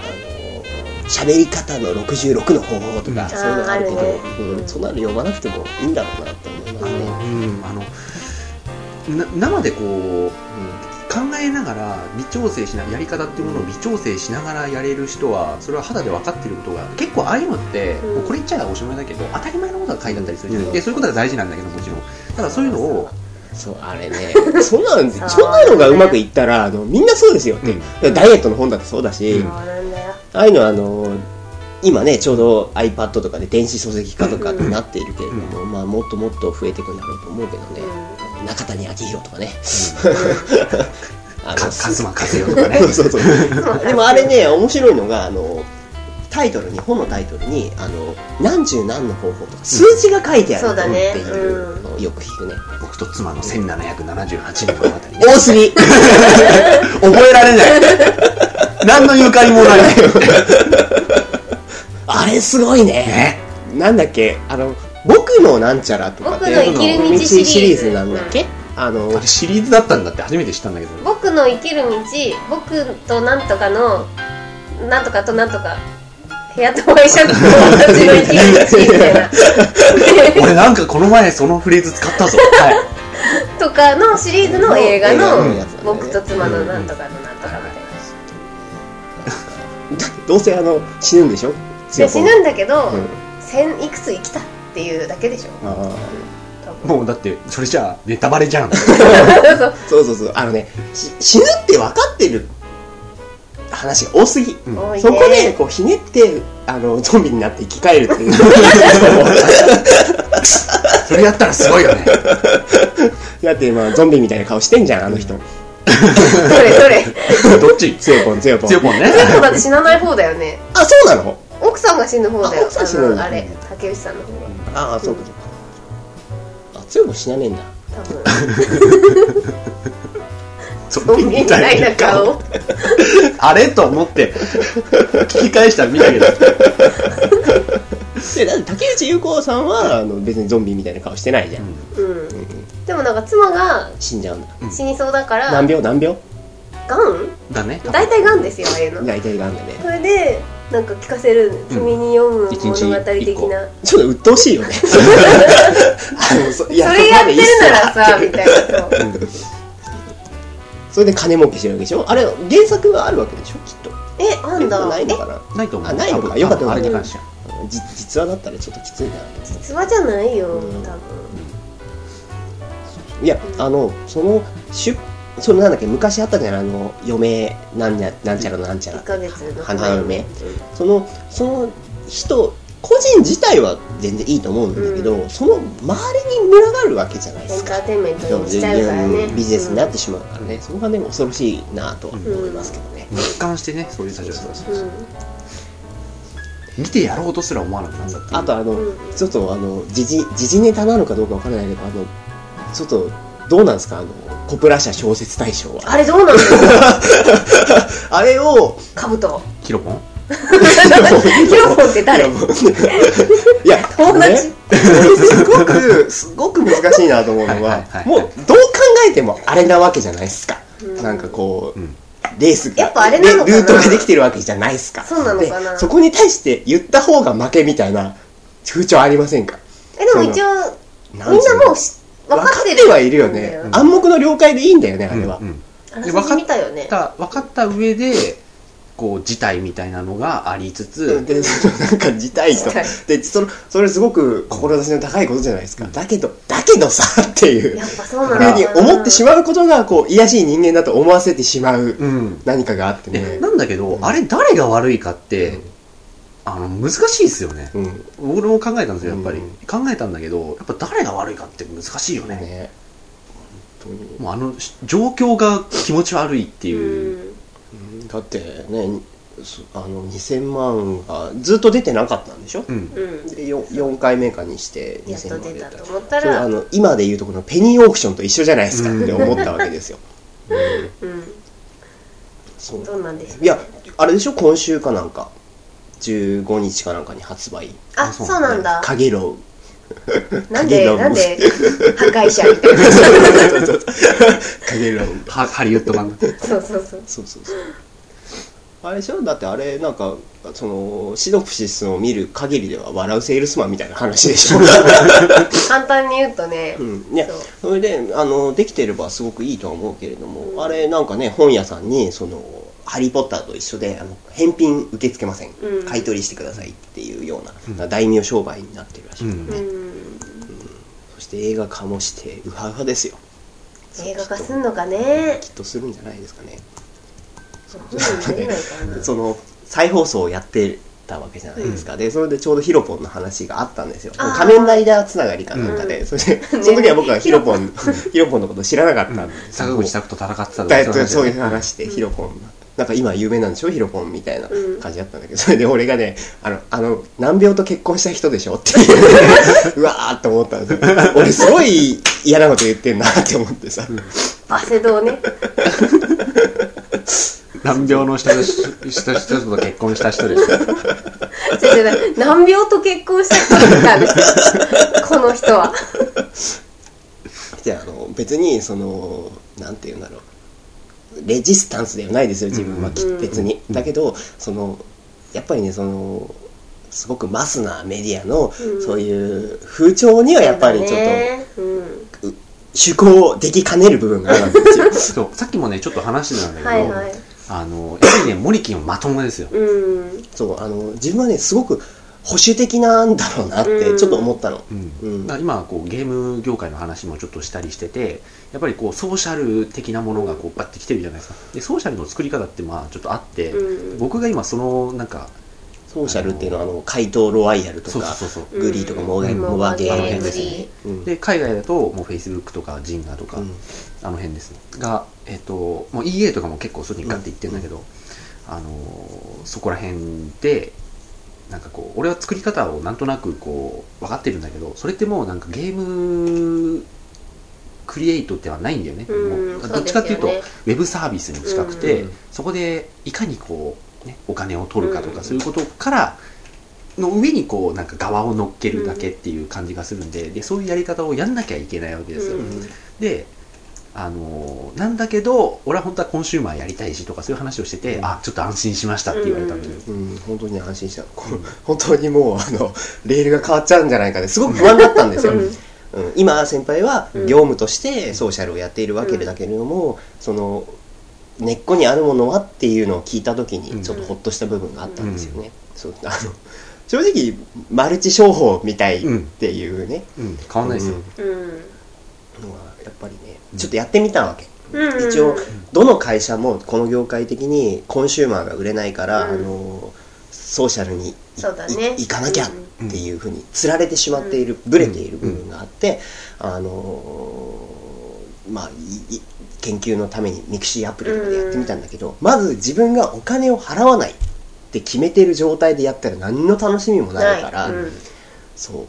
あの喋り方の66の方法と
う
か
ん
そういうのがあるけど
あーあるね
うんそんなの読まなくてもいいんだろうなって思い
あ
ますね。
のうんあのな生でこう考えながら微調整しなやり方っていうものを微調整しながらやれる人はそれは肌で分かってることが結構ああいうのって、
うん
もうこれ言っちゃおしまいだけど当たり前のことが書いてあったりするじゃない、
うん
でそういうことが大事なんだけどもちろんただそういうのを、
うんそうあれね そんなのそんなのがうまくいったらあのみんなそうですよって、
うん
だからダイエットの本だってそうだし、
うん
そうなんだよ
ああいうのはあの今ねちょうど iPad とかで電子書籍化とかになっているけれども、まあ、もっともっと増えていくんだろうと思うけどね、中谷昭弘とかねあ
か
の
かすまかせよとかね
そうそうそうでもあれね面白いのがあのタイトルに本のタイトルにあの何十何の方法とか数字が書いてある
そうだ
っ
ね
ていう
うん
のをよく聞くね、
僕と妻の1778人のあたりね
多すぎ
覚えられない 何のゆかりもない
あれすごいね
ね
なんだっけあの僕のなんちゃらとかっていう
僕の生
きる道シリーズ
シリーズなんだっけあの
あれシリーズだったんだって初めて知ったんだけど
僕の生きる道僕となんとかのなんとかとなんとか部屋とワイシャツと私の生きる道みたい な
俺なんかこの前そのフレーズ使ったぞはい
とかのシリーズの映画の僕と妻のなんとかのなんとかみたいな
どうせあの死ぬんでしょ
で死ぬんだけど、
うん
千いくつ生きたっていうだけでしょ
あー
多分
もうだってそれじゃあネタバレじ ゃん
そうそうそうあのねし死ぬって分かってる話が多すぎ、
うん
多いね
そこでこうひねってあのゾンビになって生き返るっていう
それやったらすごいよね
だって今ゾンビみたいな顔してんじゃんあの人
どれどれ
どっち
強いポン強いポン
強ポンね
結構 だって死なない方だよね
あそうなの
奥さんが死ぬ方だ
あ
よ
奥さん死ぬん
あの
だ
あれ竹内さんの方 が
ああそうかそうかあ強いポン死なねえんだ
多分ゾンビみたいな 顔。
あれと思って、聞き返したら見たけど、
でだって竹内優子さんはあの別にゾンビみたいな顔してないじゃん、
うん
うん。でもなんか妻が
死んじゃうんだ
死にそうだから、
何秒何秒
ガン
だね。
大体ガンですよ、ああいうの。
大体があんだね
それで、なんか聞かせる、君に読む
一日
物語的な。
ちょっと鬱陶しいよねあのそ
そ
い
れやってるなら
そこまでい
さ、み
いっすわ
たいな。そう
それで金儲けしてるわけでしょあれ原作があるわけでしょきっと
え、あんだ。
ない
え
の、かな
ないと思う。
あないのか
多分
よかったよか
あ
った
れに関しては。
じ実話だったらちょっときついな
実話じゃないよ、多
うん
分。
いやあのそのしゅそのなんだっけ昔あったじゃんあの嫁なんにゃなんちゃらのなんちゃら
1ヶ月の。
花嫁そのその人個人自体は全然いいと思うんだけど、その周りに群がるわけじゃないで
エン
す
タ
か
ーテインメントにしちゃうからね。
ビジネスになってしまうからね、そこがね恐ろしいなとは思いますけどね、
一貫してね、そういう立場だった
うんうん
見てやろうとすら思わなくなったっていう。
あとあの、
うん
ちょっとあの時事時事ネタなのかどうかわからないけどあのちょっとどうなんですかあのコプラ社小説大賞 は
あれどうなの
あれ を
カブト。
キロポン
ヒロポンって誰
いやもういや
友達
ねすごくすごく難しいなと思うの
はい
は
はいはい
もうどう考えてもあれなわけじゃないですか、
うん
なんかこう、
うん
レースが
やっぱあれなのかな
ルートができてるわけじゃないですか
そうなのかな
でそこに対して言った方が負けみたいな風潮ありませんか
え、でも一応、みん
な
なん
つうの
もうし分
分
か
か
っ
ってて
る。
はいるよね、暗黙の了解でいいんだよねあれは、
うんうん
あらすじ見たよね。
た分かった上で、こう、事態みたいなのがありつつ、
でそのなんか事態
事
と
態
でそのそれすごく志の高いことじゃないですか、だけどだけどさっていう
やっぱそう
だ
な
か
の
ら
ふうに思ってしまうことがこう癒やしい人間だと思わせてしまう
うん。
何かがあって
え
ね、
なんだけど、あれ誰が悪いかって、あの、難しいですよね。
うん
俺も考えたんですよ、やっぱり
う
考
ん。
えたんだけど、やっぱ誰が悪いかって難しいよね。
ね本当に
もうあの、し状況が気持ち悪いっていう。
うん
うんだってねそあの2000万がずっと出てなかったんでしょ、
うん。
うん
で 4, 回目かにして
やっ
2000
と
万
出た
出
と
た
思った
それあ
ら、
の今でいうとこのペニーオークションと一緒じゃないですかって思ったわけですよ、うん
うん、
そう
どうなんでしょう
いやあれでしょ今週かなんか15日かなんかに発売
あ、
そう
そうなんだ。
かげろ
なんで、
鍵が
なんで、破壊者みたいうな。
かげろう
ハハリウッド版だ。
そうそうそう。
そうそうそうあれでしょだってあれなんかそのシノプシスを見る限りでは笑うセールスマンみたいな話 でしょ、
簡単に言うとね、
うん、ね
そう
それであのできてればすごくいいとは思うけれども、
うん
あれなんかね本屋さんにその「ハリー・ポッター」と一緒であの返品受け付けません、
うん
買い取りしてくださいっていうような、
うん
大名商売になってるらし
う
い、
ん
うん、
そして映画化もしてウハウハですよ
映画化すんのかね。
きっとするんじゃないですかね
本人見れないからな。
その再放送をやってたわけじゃないですか、でそれでちょうどヒロポンの話があったんですよ
あー
仮面ライダーつながりかなんかで、
う
そしてその時は僕はヒロポンヒロポンのこと知らなかったんです、
坂口拓と戦ってたと
だい
か
ぶそうい
話
う話でヒロポンなんか今有名なんでしょヒロポンみたいな
うん
感じだったんだけどそれで俺がねあのあの難病と結婚した人でしょっていう うわーって思ったんですよ俺すごい嫌なこと言ってんなって思ってさ、
バセドをね。
難病の人としした人と結婚した人ですよ。
違う違う難病と結婚した人がいたんですよ。この人は。
じゃああの別にそのなんて言うんだろうレジスタンスではないですよ自分はき
うん
別に、
うん
だけどそのやっぱりねそのすごくマスなメディア
う
の、
ん
そういう風潮にはやっぱりちょっ
と。うん。
と趣向できかねる部分があるんですよ
そ う、さっきもね、ちょっと話してたんだけど、
はいはい。
あの、やっぱりね、モリキンはまともですよ。
うん。
そうあの自分はねすごく保守的なんだろうなってちょっと思ったの、
うん
うん
だから今はこうゲーム業界の話もちょっとしたりしててやっぱりこうソーシャル的なものがこうバッてきてるじゃないですかでソーシャルの作り方ってまあちょっとあって、
うん
僕が今そのなんか
ソーシャルっていうのはあの怪盗ロワイヤルと
そう
か
そうそうそうう
グリーとかモーガ
うん
モバゲー
モバゲー
ですね、うん
で海外だともう Facebook とか Jenga とか、
うん
あの辺ですねが、えっともう EA とかも結構それにガッていってるんだけど、あのーそこら辺でなんかこう俺は作り方をなんとなくこう分かってるんだけどそれってもうなんかゲームクリエイトではないんだよね、
うん
もうどっちかっていうと
そうで
ウェブサービスに近くて、
うん
そこでいかにこう、ね、お金を取るかと
う
か
ん
そういうことからの上にこうなんか側を乗っけるだけっていう感じがするんででそういうやり方をやんなきゃいけないわけですよ、
うん
であのーなんだけど俺は本当はコンシューマーやりたいしとかそういう話をしてて、
うん
あちょっと安心しましたって言われたんだけど、
うん、本当に安心した。こ本当にもう、あの、レールが変わっちゃうんじゃないかって、すごく不安だったんですよ。うん、今、先輩は
うん
業務としてソーシャルをやっているわけだけれども、その、根っこにあるものはっていうのを聞いたとき
うん
に、ちょっとほっとした部分があったんですよね。そうあの正直、マルチ商法みたいっていうね、
うん、変わんないですよ、
うん
のはやっぱりね
う、ん
ちょっとやってみたわけ。
うん
一応どの会社もこの業界的にコンシューマーが売れないから、
うん
あのソーシャルにい
そうだね
い行かなきゃっていうふうにつられてしまっている、ブレている部分があって、あのまあいい研究のためにミクシーアプリとかでやってみたんだけど、まず自分がお金を払わないって決めてる状態でやったら何の楽しみもないから、
うん
そう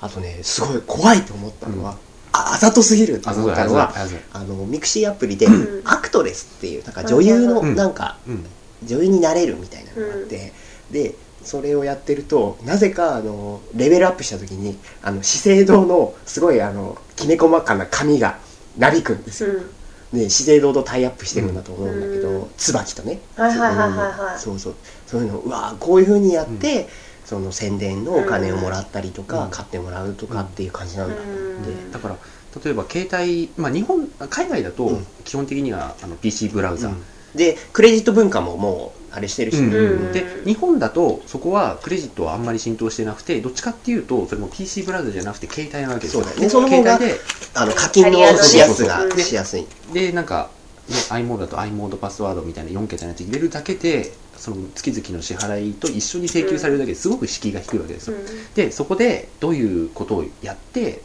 あとねすごい怖いと思ったのは、ああざとすぎると
あそう
思っ
だあ
たの
そう
は
だあそうだ
あのミクシーアプリで
うん
アクトレスっていうなんか女優の
うん
なんか
うん
女優になれるみたいなのがあって、でそれをやってるとなぜかあのレベルアップした時にあの資生堂のすごいあのきめ細かな髪がなびくんですよ、
うん
で資生堂とタイアップしてるんだと思うんだけど、
うん
椿とね
はいはいはいはいはい
そうそうそういうのうわーこういうふうにやって、その宣伝のお金をもらったりとか、
うん
買ってもらうとかっていう感じなんだと思っ
う
て、
ん
だから例えば携帯、まあ、日本海外だと
うん
基本的にはあの PC ブラウザ、
でクレジット文化ももうあれしてるし、
うん
うん
で日本だとそこはクレジットはあんまり浸透してなくてどっちかっていうとそれも PC ブラウザじゃなくて携帯なわけですよ
そうだよねその方が
携
あの課金のしやすが
うん
しやすい
帯ででなんか、ね、i モードだと i モードパスワードみたいな4桁のやつ入れるだけでその月々の支払いと一緒に請求されるだけですごく敷居が低いわけですよ、でそこでどういうことをやって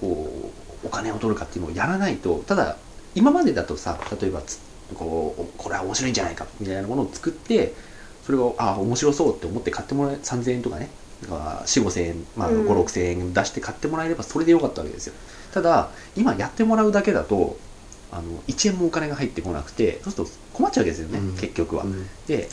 こうお金を取るかっていうのをやらないとただ今までだとさ例えばつこうおこれは面白いんじゃないかみたいなものを作ってそれをあ面白そうって思って買ってもらえ3000円とかね45000円、まあ、
うん
56000円出して買ってもらえればそれでよかったわけですよただ今やってもらうだけだとあの1円もお金が入ってこなくてそうすると困っちゃうわけですよね、
うん
結局は、
うん
で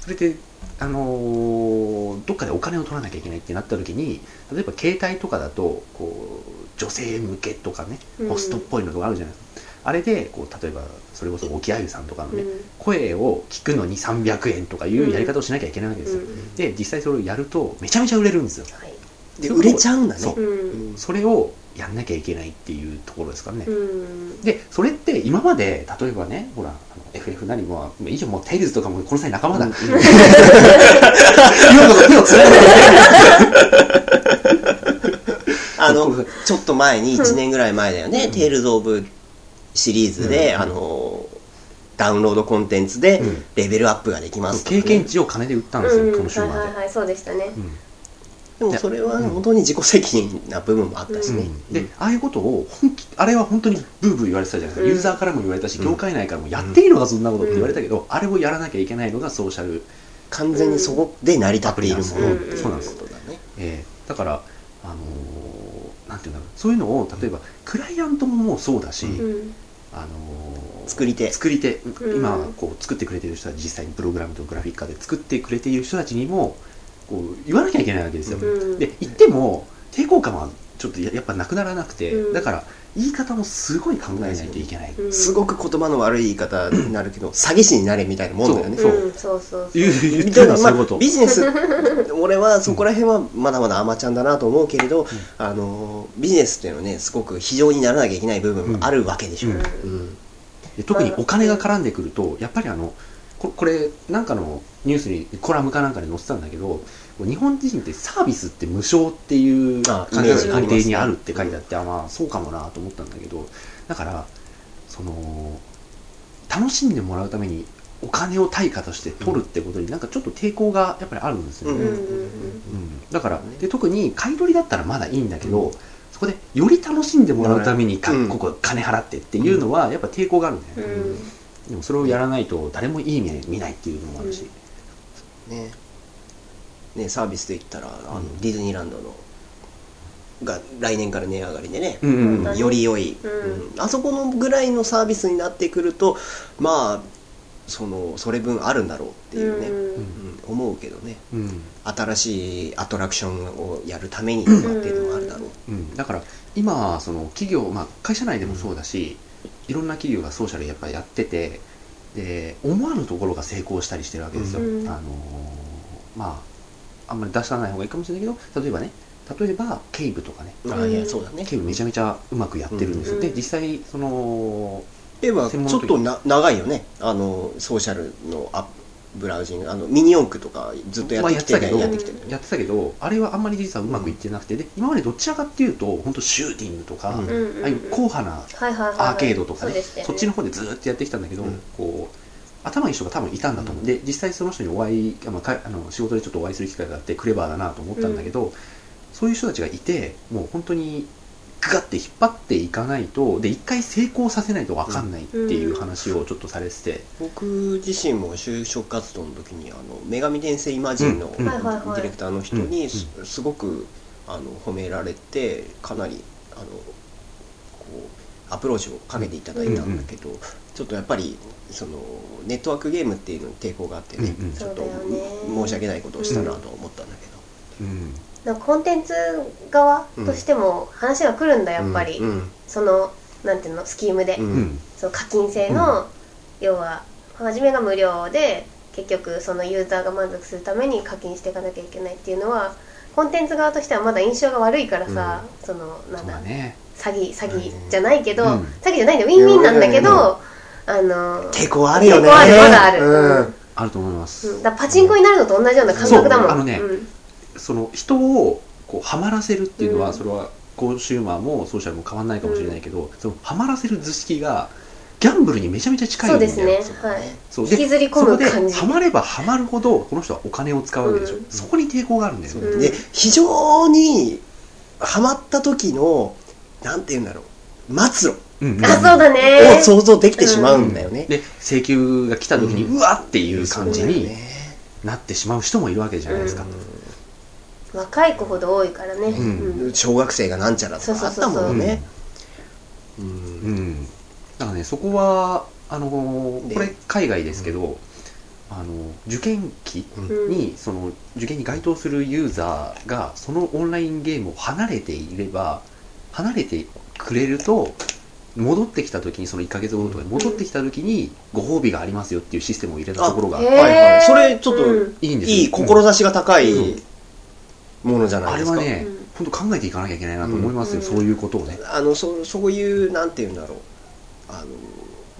それで、あのーどっかでお金を取らなきゃいけないってなった時に例えば携帯とかだとこう女性向けとかね
うん
ホストっぽいのとかあるじゃないですか、あれでこう例えばそれこそ沖あゆさんとかのね、声を聞くのに300円とかいうやり方をしなきゃいけないわけですよ、で実際それをやるとめちゃめちゃ売れるんですよ
で売れちゃうんだね
そうそれをやんなきゃいけないっていうところですからね、でそれって今まで例えばねほらあの FF 何も以上もうテイルズとかもこの際仲間だ、今の手をつないで
あのちょっと前に1年ぐらい前だよね「テイルズ・オブ」シリーズで、
うん
あのダウンロードコンテンツで
うん
レベルアップができますとかね、
経験値を金で売ったんですよ、この週末で、
はいはいはいそうでしたね
うん
でもそれは本当に自己責任な部分もあったしね、
うんでああいうことを本気あれは本当にブーブー言われてたじゃないですか、
うん
ユーザーからも言われたし
うん
業界内からもやっていいのかそんなことって言われたけど、あれをやらなきゃいけないのがソーシャル、
完全にそこで成り立っているもの、
うん
ってい
そうなんです
ことだね
えーだからあのーなんていうんだろうそういうのを例えばクライアントももうそうだし、
うん
あのー
作り手
作り手、
ん
今こう作ってくれてる人たち実際にプログラムとグラフィッカーで作ってくれている人たちにもこう言わなきゃいけないわけですよ、
うん
で言っても抵抗感はちょっとややっぱなくならなくて、
うん
だから言い方もすごい考えないといけない、
うん
すごく言葉の悪い言い方になるけど詐欺師になれみたいなもんだよね
そう
うんそうそうそう
言う言ってるのはそういうこと、
まあビジネス 俺はそこら辺はまだまだアマちゃんだなと思うけれど、あのビジネスっていうのはねすごく非常にならなきゃいけない部分もあるわけでしょ、
う
うんん
で特にお金が絡んでくるとやっぱりあのここれなんかのニュースにコラムかなんかに載ってたんだけど日本人ってサービスって無償っていう
あ
関
イメ
係
ージありますね
定にあるって書いてあってあまあそうかもなと思ったんだけどだからその楽しんでもらうためにお金を対価として取るってことになんかちょっと抵抗がやっぱりあるんですよね、
う
うんんだからで特に買い取りだったらまだいいんだけど、
う
そこでより楽しんでもらうためにか、
うん
ここ金払ってっていうのはやっぱ抵抗があるんだよね、
うん
でもそれをやらないと誰もいい目見ないっていうのもあるし、
ねねサービスで言ったらあの、
うん
ディズニーランドのが来年から値上がりでね、
うんうんうん
本当に
より良い、
うん
うんあそこのぐらいのサービスになってくるとまあそのそれ分あるんだろうっていうね、
うん
うん思うけどね
うん
新しいアトラクションをやるためにとかっていうのもあるだろう、
うん、だから今その企業、まあ、会社内でもそうだしいろんな企業がソーシャルやっぱやっててで思わぬところが成功したりしてるわけですよ、
うん
あのーまああんまり出さない方がいいかもしれないけど例えばね例えばケイブとかね
あいやそうだね
ケイブめちゃめちゃうまくやってるんですよ、
うん
で実際その
ではち
専門
ょっ
的
とな長いよねあのソーシャルのアップブラウジングあのミニ四駆とかずっとやってきて,、
まあやってたけど
やってきてる
やってたけどあれはあんまり実はうまくいってなくて、で今までどちらかっていうと本当シューティングとか、
うん
うんうん
ああいう硬派な
はいはいはいはい
アーケードとかね,、
そうでしたよね
そっちの方でずーっとやってきたんだけど、
うん
こう頭いい人が多分いたんだと思う、
うん
で実際その人にお会いあまあかあの仕事でちょっとお会いする機会があってクレバーだなと思ったんだけど、そういう人たちがいてもう本当にガッて引っ張っていかないとで一回成功させないと分かんないっていう話をちょっとされてて、
僕自身も就職活動の時にあの女神転生イマジンの
う
デ
ん
はいはいはい
ィレクターの人にす
う
すごくあの褒められてかなりあのこうアプローチをかけていただいたんだけどちょっとやっぱりそのネットワークゲームっていうのに抵抗があってね
うんうん
ちょっ
そ
と
うだよね
申し訳ないことをしたなとは思ったんだけど。
うん
なんかコンテンツ側としても話が来るんだやっぱり、
うんうん
そのなんていうのスキームで、
うん
うん
その課金制の、要は初めが無料で結局そのユーザーが満足するために課金していかなきゃいけないっていうのはコンテンツ側としてはまだ印象が悪いからさ、そのな
そう
んだ
だね
詐欺詐欺じゃないけど、
うん
詐欺じゃないんだよウィンウィンなんだけど、
うん
あの
抵抗あるよね
抵抗あるまだある
うん
あると思います、
うんだからパチンコになるのと同じような感覚だもん
そうあのね
うん
その人をこうハマらせるっていうのは、
うん
それはコンシューマーもソーシャルも変わらないかもしれないけど、そのハマらせる図式がギャンブルにめちゃめちゃ近い
そうん
だ
で
よ
すね
そう
は
だ
い
ね
そう
引きずり込む感じ
そこでハマればハマるほどこの人はお金を使うわけでしょ、
うん
そこに抵抗があるんだよね、
うん
で非常にハマった時のなんて言うんだろう末路
うんうん
あそうだね
を想像できてしまうんだよね。
で請求が来た時に、う
うん
わっていう感じ
そうだよ
に
ね
なってしまう人もいるわけじゃないですか、
若い子ほど多いからね、
うん
うん
小学生がなんちゃらとかあったもんね。
う
うん
ん、だからねそこはあのー
で
これ海外ですけど、あの受験期
うん
に、その受験に該当するユーザーがそのオンラインゲームを離れていれば離れてくれると戻ってきた時にその1ヶ月後とかに戻ってきた時にご褒美がありますよっていうシステムを入れたところが
へ
い
ー
はいはいそれちょっと
うん
いんですよ
いい志が高い
うん
ものじゃな
あ
い
れ
です
は
か。
ね
うん
本当考えていかなきゃいけないなと思いますよ、
うん
そういうことをね
あのそそういうなんて言うんだろうあの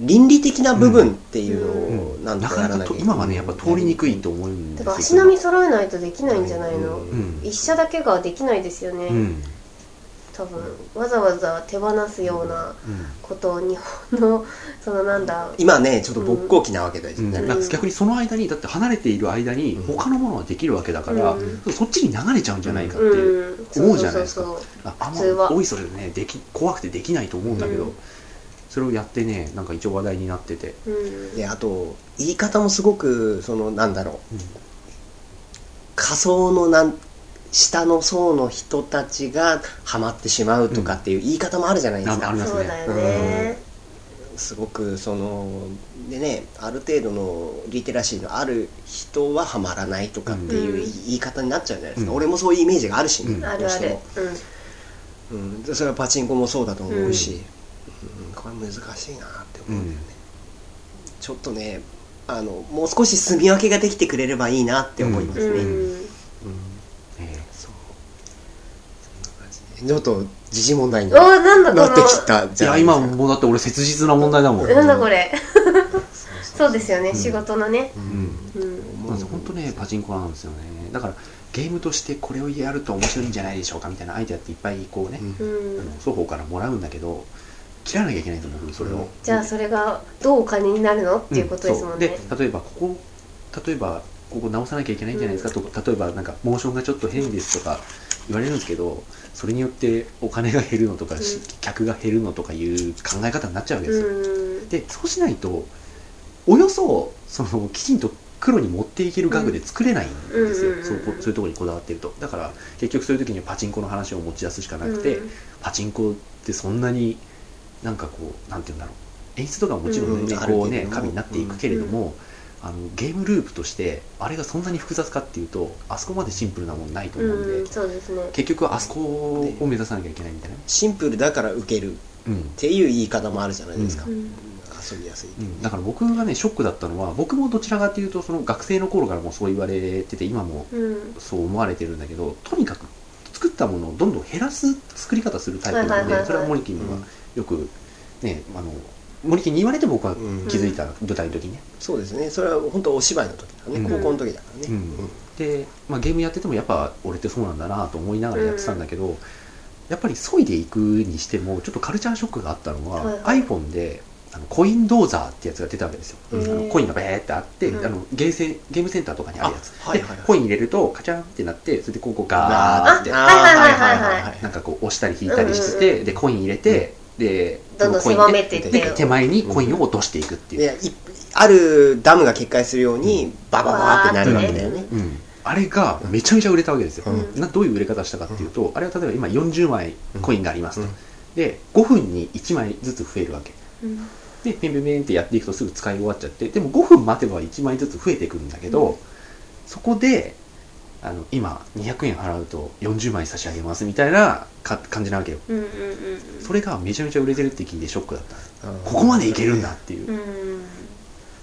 倫理的な部分っていうのを
うん
なん
な
と
かな
やら
か
なきゃ
と
いけ
今はねやっぱ通りにくいと思うんで
だ
す
か
よ
ら足並み揃えないとできないんじゃないの、
うん
うん
一社だけができないですよね、
うん
多分わざわざ手放すような
うん
ことを日本のそのなんだ
今ねちょっと勃興期なわけだよ
うんだ
ね。
から逆にその間にだって離れている間に
うん
他のものはできるわけだから、
うん
そっちに流れちゃうんじゃないかっていう、
うん
思うじゃないですか
そうそう
ああん
普通は
まおいそれねでき怖くてできないと思うんだけど、
うん
それをやってねなんか一応話題になってて、
そううん
であと言い方もすごくそのなんだろう
うん
仮想のなん下の層の人たちがハマってしまうとかっていう言い方もあるじゃないです
あ
か、
りますね
そうだよね、
すごくそのでねある程度のリテラシーのある人はハマらないとかっていう
うん
言い方になっちゃうじゃないですか、
うん
俺もそういうイメージがあるしね、
うん
あ
ど
る
う
あ
して
る
も、うん、でそれはパチンコもそうだと思うし、うんこれ難しいなって思うんだよね、ちょっとねあのもう少し住み分けができてくれればいいなって思いま
う
す
ん、
ね、
うん
うん
え
そう。そんな感じでちょっと時事問題に
おーなんだこの
なってきた
えい
じゃ
や
ないです
今
か。
もうだって俺切実な問題だもん、
う
なんだこれそうですよね、
うん
仕事のね、
うん。
うん、
まあ、本当ねパチンコなんですよねだからゲームとしてこれをやると面白いんじゃないでしょうかみたいなアイデアっていっぱいこうね、
うん
う
あの
ん、
双方からもらうんだけど切らなきゃいけないと思うそれを、
うん
じゃあそれがどうお金になるのっていうことですもんね、
そうで例えばここ例えばここ直さなきゃいけないんじゃないですか、とか例えばなんかモーションがちょっと変ですとか言われるんですけどそれによってお金が減るのとか、し
うん
客が減るのとかいう考え方になっちゃうわけですよ、
うん
でそうしないとおよそそのきちんと黒に持っていける額で作れないんですよ、
うん
そうこそういうところにこだわってるとだから結局そういう時にはパチンコの話を持ち出すしかなくて、
うん
パチンコってそんなになんかこうなんて言うんだろう演出とかももちろん全然
うん
こう
あ
ね
るけど
神になっていくけれども、あのゲームループとしてあれがそんなに複雑かっていうとあそこまでシンプルなもんないと思うんで、
うん、そうですね。
結局はあそこを目指さなきゃいけないみたいな、
シンプルだから受けるっ
うん
ていう言い方もあるじゃないですか、
う
うん
ん、
遊びやすい、
うん、だから僕がねショックだったのは僕もどちらかというとその学生の頃からもうそう言われてて今も
うん、
そう思われてるんだけどとにかく作ったものをどんどん減らす作り方するタイプなの
はいはいはいは
で
い
それはモリキン
う
は
ん
よくねあのモリキンに言われて僕は
うん
気づいた舞台の時ね、
そうですねそれは本当お芝居の時だね、
うん
高校の時だからね、
うんで、まあ、ゲームやっててもやっぱ俺ってそうなんだなと思いながらやってたんだけど、やっぱり削いでいくにしてもちょっとカルチャーショックがあったのは、
はいはい
iPhone であのコインドーザーってやつが出たわけですよ、
うん
あのコインがベーってあって、
うん
あのゲーセンゲームセンターとかにあるやつ、
あはいはいはい
でコイン入れるとカチャンってなってそれでこうこうガー
あ
っ
あ
て
はいはいはいはい
なんかこう押したり引いたりしてて、でコイン入れて、で
どんどん
その
狭
コインで
めていって
狭め
手前にコインを落としていくっていう、
でいあるダムが決壊するようにバババーってなるわけだよね、
うん、あれがめちゃめちゃ売れたわけですよ、
うん
などういう売れ方したかっていうと、あれは例えば今40枚コインがありますと、
うん
で5分に1枚ずつ増えるわけ
うん、
でピンピンピンってやっていくとすぐ使い終わっちゃってでも5分待てば1枚ずつ増えていくんだけど、
うん
そこであの今200円払うと40枚差し上げますみたいなか感じなわけよ
うん、うん、
それがめちゃめちゃ売れてるって聞いてショックだった
うん
ここまでいけるんだっていう、
うん、うん、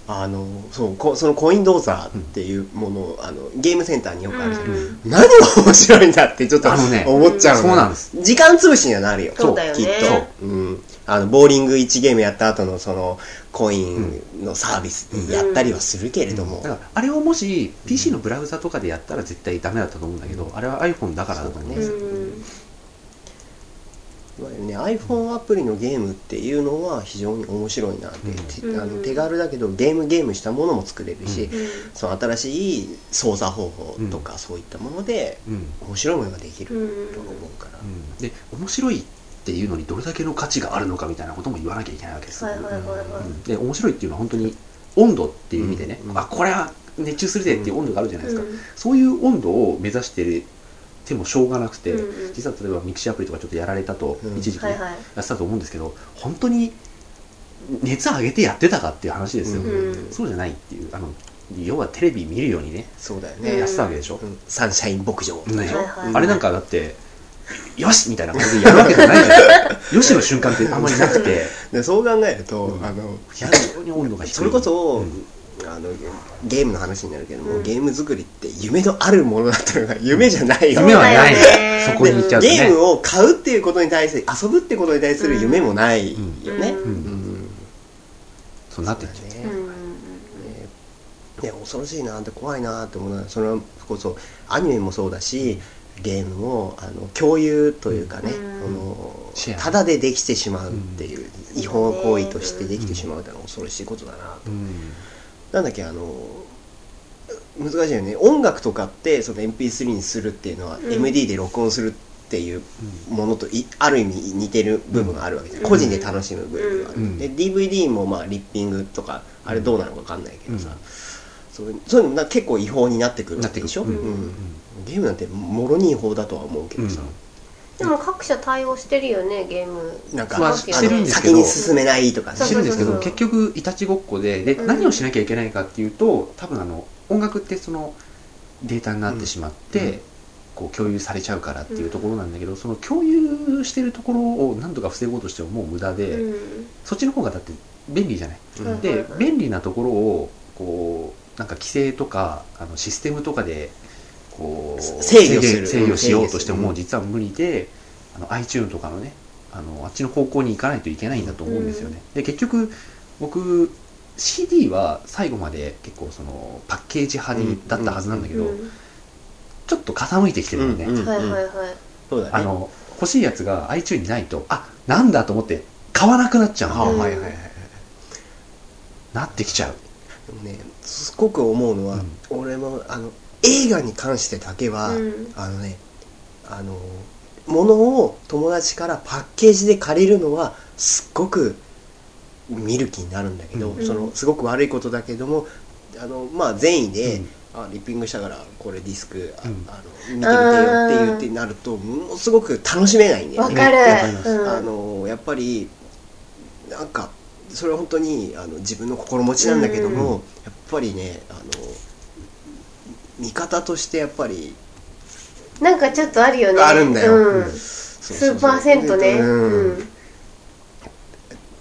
あのそうこそのコインドーザーっていうものをあのゲームセンターによくあるじゃん、
うん
何が面白いんだってちょっと
あのね
思っちゃう
そうなんです
時間潰しにはなるよ
そうだよね
きっと、うん、あのボーリング1ゲームやった後のそのコインのサービスやったりはするけれども、
だからあれをもし PC のブラウザとかでやったら絶対ダメだったと思うんだけど、あれは iPhone だからだと思うん
う
ですよ、
ん、
いわゆるね iPhone アプリのゲームっていうのは非常に面白いなって、
う
てあ
う
の
ん
手軽だけどゲームゲームしたものも作れるし、
う
その新しい操作方法とかそういったもので
うん
面白いものができ
うん、う
る
ん
と思うから、
で面白いっていうのにどれだけの価値があるのかみたいなことも言わなきゃいけないわけですよ、
はい、はい、はい、は
う
い
んで面白いっていうのは本当に温度っていう意味でね、
うん
あこれは熱中するぜっていう温度があるじゃないですか、
うん
そういう温度を目指しててもしょうがなくて、
うん
実は例えばミクシーアプリとかちょっとやられたと、
うん
一時期、ね
はい、はい、
やってたと思うんですけど本当に熱上げてやってたかっていう話ですよ、
うん
そうじゃないっていうあの要はテレビ見るようにね
そうだよ
うん
や
ね
っ、てたわけでしょ、
うんサンシャイン牧場とか
ね
でしょ、
はいはい
あれなんかだってよしみたいな感じでやるわけじゃないじゃんよしの瞬間ってあんまりなくて
でそう考えると、
うん
あの
非常に温度が低い
それこそ、
うん
あのゲームの話になるけども、
うん
ゲーム作りって夢のあるものだったのが夢じゃないよ、
そう
夢はない
そうだよね
そこに行っちゃうとね
ゲームを買うっていうことに対する遊ぶってことに対する夢もないよね、
うん
うんそうなってっちゃう
ね
うん、うん、
ね恐ろしいなって怖いなって思うのはそれはこそアニメもそうだしゲームもあの共有というかね、
うん
その
シェア
ただでできてしまうっていう、
うん
違法行為としてできてしまうってのは恐ろしいことだなと、
うん
なんだっけあの難しいよね音楽とかってその MP3 にするっていうのは
うん
MD で録音するっていうものといある意味似てる部分があるわけです、
うん
個人で楽しむ部分がある、
うん
で DVD もまあリッピングとかあれどうなのか分かんないけどさ、
うん
そういうそういうのもなんか結構違法になってくる
な
わ
って
け
く
で
る
しょ、
うん
うんゲームなんてもろに違法だとは思うけ
う
ど
ん
さ、
でも各社対応してるよね、ゲーム。
なんか、
まあ
あの
してるんですけ
先
ど
に進めないとか
してるんですけ
そ
ど
うそうそう
結局いたちごっこでで
うん
何をしなきゃいけないかっていうと多分あの音楽ってそのデータになってしまって、
うん
こう共有されちゃうからっていうところなんだけど、その共有してるところを何とか防ごうとしてももう無駄で、
うん、
そっちの方がだって便利じゃない。
うん
で、
うん
便利なところをこうなんか規制とかあのシステムとかでこう
制御する
制制御しようとして
う
も
ん
実は無理で、あの iTune とかのねあのあっちの方向に行かないといけないんだと思うんですよね。で結局僕 CD は最後まで結構そのパッケージ派に
うん
だったはずなんだけど、
うん
ちょっと傾いてきてるよね、
うんうん
はい、はい、はい。
そうだね
あの欲しいやつが iTune にないとあなんだと思って買わなくなっちゃう
あ
の、
うん
はいはいはいはい
なってきちゃう。
でもねすごく思うのは、俺もあの映画に関してだけは、
うん
あのねあの物を友達からパッケージで借りるのはすっごく見る気になるんだけど、
うん
そのすごく悪いことだけどもあのまあ善意で、
うん
あリッピングしたからこれディスクあ、
うん
あの見てみてよって言ってなるとものすごく楽しめないんだよ
わ
ね
かる
わかります
うん
あのやっぱりなんかそれは本当にあの自分の心持ちなんだけども、
うん
やっぱりねあの見方としてやっぱり
なんかちょっとあるよね
あるんだよ
うん、
そう
ス
そうそう
ーパーセントね
うん
うん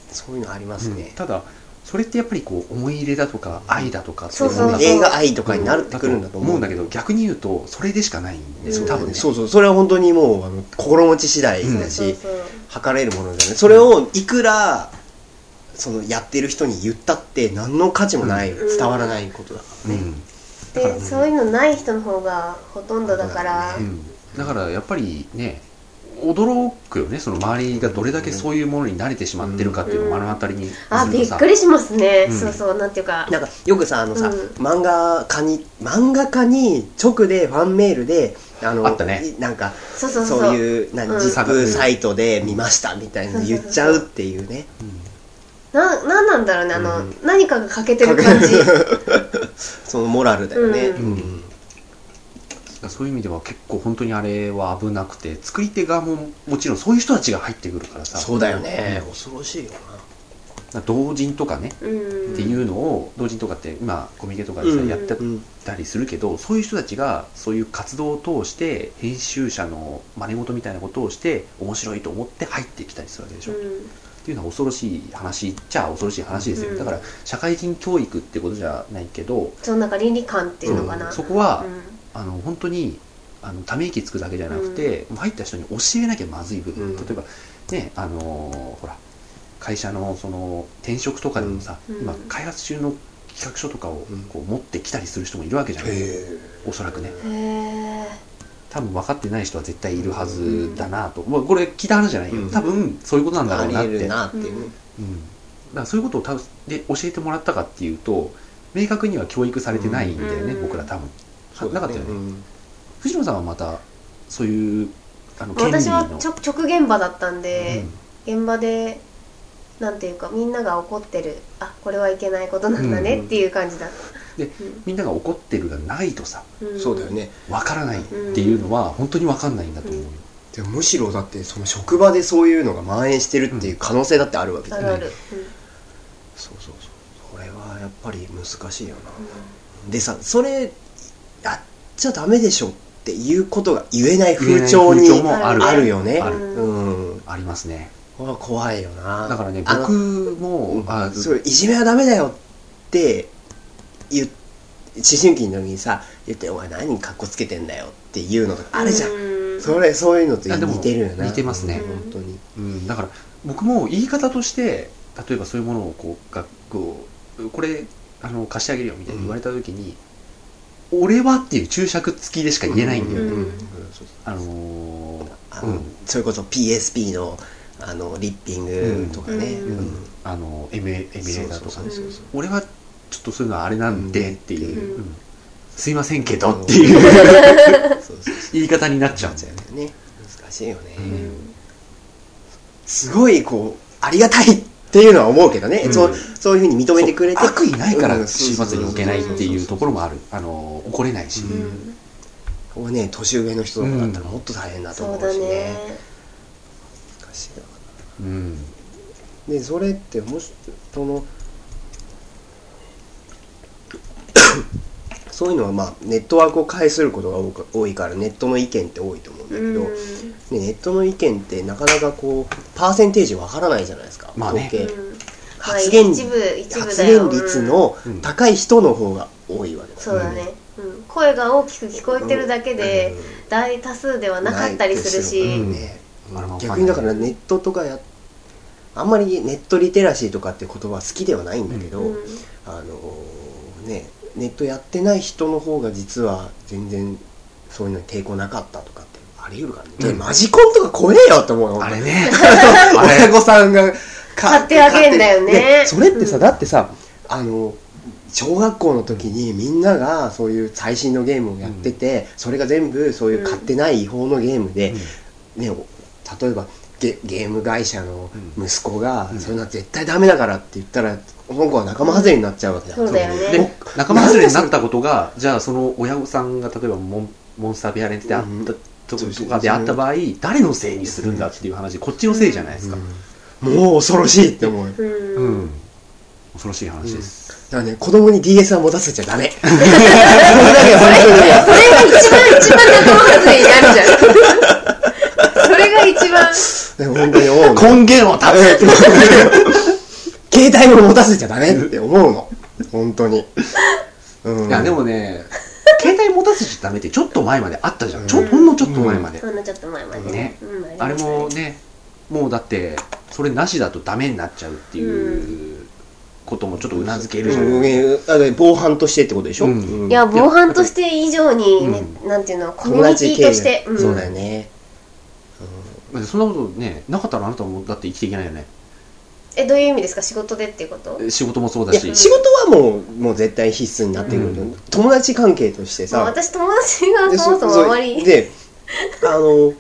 そういうのあります
うん
ね、
ただそれってやっぱりこう思い入れだとか愛だとか
そうそうそう
いものだと
映画愛とかになってくるんだと思
思
う
うんだけど逆に言うとそれでしかないんですよ、
うん
多分ね
そうそうそれは本当にもうあの心持ち次第だし、
そうそう
測れるものじゃないそれをいくらそのやってる人に言ったって何の価値もない、
うん
伝わらないことだからね、
ん
そうでそういうのない人の方がほとんどだから、
うんだからやっぱりね驚くよねその周りがどれだけそういうものに慣れてしまってるかっていうのを目の当たりにするとさ、
あびっくりしますね、
うん
そうそうなんていうか
なんかよくさあのさ、
うん
漫画家に漫画家に直でファンメールであの
あったね
なんか
そうそうそう
そういうな
うん
ジップサイトで見ましたみたいなの言っちゃうっていうね
ななんなんだろうねあの、
うん
何かが欠けてる感じ
そのモラルだよね、
うん
うんそういう意味では結構本当にあれは危なくて作り手側ももちろんそういう人たちが入ってくるからさ
そうだよね、恐ろしいよな
だから同人とかね
うん
っていうのを同人とかって今コミケとかでさ
うん
やって
うん
たりするけど、そういう人たちがそういう活動を通して編集者の真似事みたいなことをして面白いと思って入ってきたりするわけでしょ、
うん
っていうのは恐ろしい話っちゃ恐ろしい話ですよ、
うん
だから社会人教育ってことじゃないけど、
そうなんか倫理観っていうのかな、
う
うんん、
そこは、あの本当にあのため息つくだけじゃなくて、入った人に教えなきゃまずい部分、
うん
例えばねあのーほら会社のその転職とかでもさ、
うん
今開発中の企画書とかを
うん
こう持ってきたりする人もいるわけじゃない、
へ
おそらくね
へえ
多分分かってない人は絶対いるはずだなと、まあこれ聞いた話じゃないよ、
うん
多分そういうことなんだ
あ
ろう
り
なっ
え
て
るなっていうね、
うん、だからそういうことをたで教えてもらったかっていうと明確には教育されてないんだよね、
うん
僕ら多分、
そう
な
だ
か
ね
ったよね、
うん
藤野さんはまたそういうあの権利
私は
の
ちょ直現場だったん
うん
で、現場でなんていうかみんなが怒ってるあこれはいけないことなんだ
う
ね
ん
っていう感じだ、
でみんなが怒ってるがないとさ
うん
そうだよね
わからないっていうのは本当にわかんないんだと思うよ、
でもむしろだってその職場でそういうのが蔓延してるっていう可能性だってあるわけじ
あ
ゃ
る
ない、
ある、
そうそうそうそれはやっぱり難しいよな
うん
でさそれやっちゃダメでしょっていうことが言えない風潮に
言えない風潮も
ある
あるよね
ある
うん
ありますね
これは怖いよな
だからね
あの
僕も
うん
あ
そういじめはダメだよって言っ思春期の時にさ言って「お前何かっこつけてんだよ」っていうのとかあれじゃん、
うん
それそういうのと
あでも
似てるよな
似てますね
うん本当に
うん、だから僕も言い方として例えばそういうものをこうがこうこれあの貸してあげるよみたいに言われた時に「俺は」っていう注釈付きでしか言えないんだよ、
う
ね
ん
そうそう
あのー
あ
う
の
ん
それこそ PSP のあのリッピングとかね、
うん
うん
うんあの MA, MA だとか
そうそうそうそう
俺はちょっとそういうのはあれなんでっていう、
う
う
ん
んすいませんけどっていう
そうそうそう
言い方になっちゃ
な
う
っ
んだ
ちゃ
よ
う
ね
よね難しいよね、
うん
すごいこうありがたいっていうのは思うけどね、
うん
そうそういうふうに認めてくれて
そう悪意ないか
う
ら
ん
始末に置けないっていうところもあるあのー怒れないし、
う
うん
んここね年上の人とかだったらもっと大変だと
そ
思
う
う
だ
しね,、
ね
難しいよ
うん
でそれってもしその そういうのはまあネットワークを介することが多く多いからネットの意見って多いと思うんだけど、
うん
ねネットの意見ってなかなかこうパーセンテージわからないじゃないですか、
まあね
統計
うんまあ
発言
一部一部
発
だよ
言率の
うん
高い人の方が多いわけだ
そうだね、うん、声が大きく聞こえてるだけで、大多数ではなかったりする
ない
し、
ですよ
ね
うんあれもわかんない
逆にだからネットとかやあんまりネットリテラシーとかって言葉は好きではないんだけど、
うん
あのーねネットやってない人の方が実は全然そういうのに抵抗なかったとかってあり得るからね、
うん
でマジコンとか怖えよと思うの
あれねあれ
親御さんが
買ってあげんだよね
買ってでそれってさ、
うん
だってさあの小学校の時にみんながそういう最新のゲームをやってて、それが全部そういう買ってない違法のゲームで、ね、お例えばゲゲーム会社の息子が、
うん
そういうのは絶対ダメだからって言ったら、香港は仲間外れになっちゃうわけだ。
そうだよ
で
ね。
仲間外れになったことがじゃあその親御さんが例えばモンモンスターベアレンツであった、
うん
と
そうそう
とかであった場合誰のせいにするんだっていう話こっちのせいじゃないですか、
うんもう恐ろしいって思う。だか
うん。
うん恐ろしい話です、
らね、子供に DS は持たせちゃダ メ。
それが一番一番仲間外れになるじゃん。それが一番。
でも本当に思うの。
根源を断つ
携帯を持たせちゃダメって思うの。本当に。うん
いやでもね携帯持たせちゃダメってちょっと前まであったじゃん、ちょ
うん
ほんのちょっと前まで、
そんなちょっと前まで。
ね
うんりま
あれ
した
もねもうだってそれなしだとダメになっちゃうっていうこともちょっとうなずけるじゃん、
うんうんあの防犯としてってことでしょ、
うん
いや、防犯として以上に、ねなんていうの、コミュニティとして。
経由
ん
そうだよね。
だってそんなことねなかったらあなたもだって生きていけないよね
え、どういう意味ですか仕事でっていうこと
仕事もそうだ
いや
し
仕事はもうもう絶対必須になってくると、
うん
友達関係として
まあ
さ、
私、友達が
で
そもそもあまり。
であの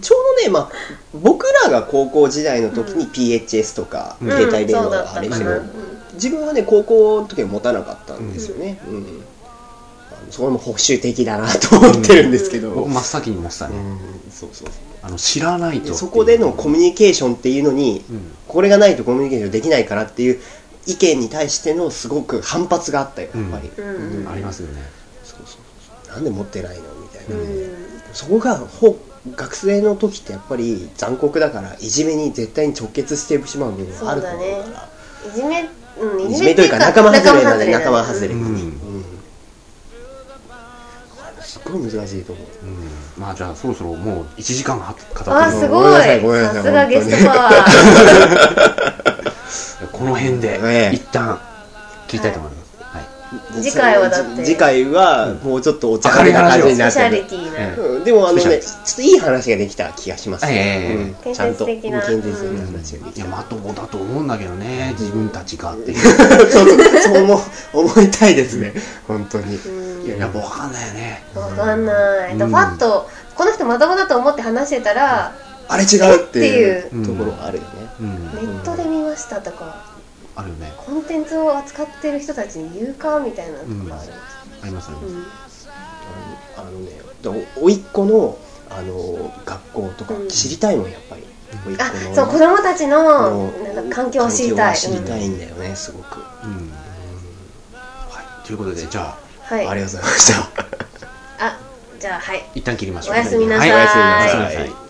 ちょうどね、まあ、僕らが高校時代の時に
うん
PHS とか、
うん
携帯電
そ
話
うだ
が
っ
あ
た
れ
か
けど、
な。
自分はね高校の時は持たなかったんですよね、うんあのそこも補修的だなと思ってるんですけど、
僕真っ先に持ってたね、
うんそうそう
あの知らないとってい
で
う
そこでのコミュニケーションっていうのに
うん
これがないとコミュニケーションできないからっていう意見に対してのすごく反発があったよやっぱり、
うんうん
ありますよね
そうそうそうなんで持ってないのみたいな、
うん。
そこがほ学生の時ってやっぱり残酷だからいじめに絶対に直結してしまう部分があると思うから
そうだいじめ、うん、
いじめというか仲間外れなんで仲間外れ
う
なんんで、
う
うんんすっごい難しいと思う
うんまあじゃあそろそろもう1時間は語って
あー、
る
す
の
ごめん
ご
なさいごめん
い。
なさ
さ
い
すがゲストパワ
この辺で、
ええ
一旦切りたいと思います、はい
次回はだって
次回はもうちょっとお茶目な感じに
ー。
な
スペシャ
って
リ
る
ティ
え
な。
うんでもあの
スペ
ねちょっといい話ができた気がします、
ええ
うんちゃん
建設
と
的な
建設的な話ができ
い
た、
やまともだと思うんだけどね自分たちがっていう
そうそうそう思う思いたいですね本当に
うん
いやもう分かんないよね
わかんない。
うん
だからパッと、この人まともだと思って話してたら、
あれ違う
っ
ってい
て
いう
うところがあるよね、
うん
ネットで見ましたとか、
あるよね
コンテンツを扱ってる人たちに言うかみたいなところあります。
ありますあり
う
ます、
ん
あのね、だおいっ子のあの学校とか
うん
知りたいもんやっぱり、甥っ
あ
子の、
そう、子供たち
あ
の
の
なんか環境を知りたい。
環境を知りた
うん
いんだよね、すごく、あ
うんはい、ということでじゃあ
は
りが
い。
とうございました
あ、じゃあはい。
一旦切りましょう
おやすみなさい
はい、おやすみなさい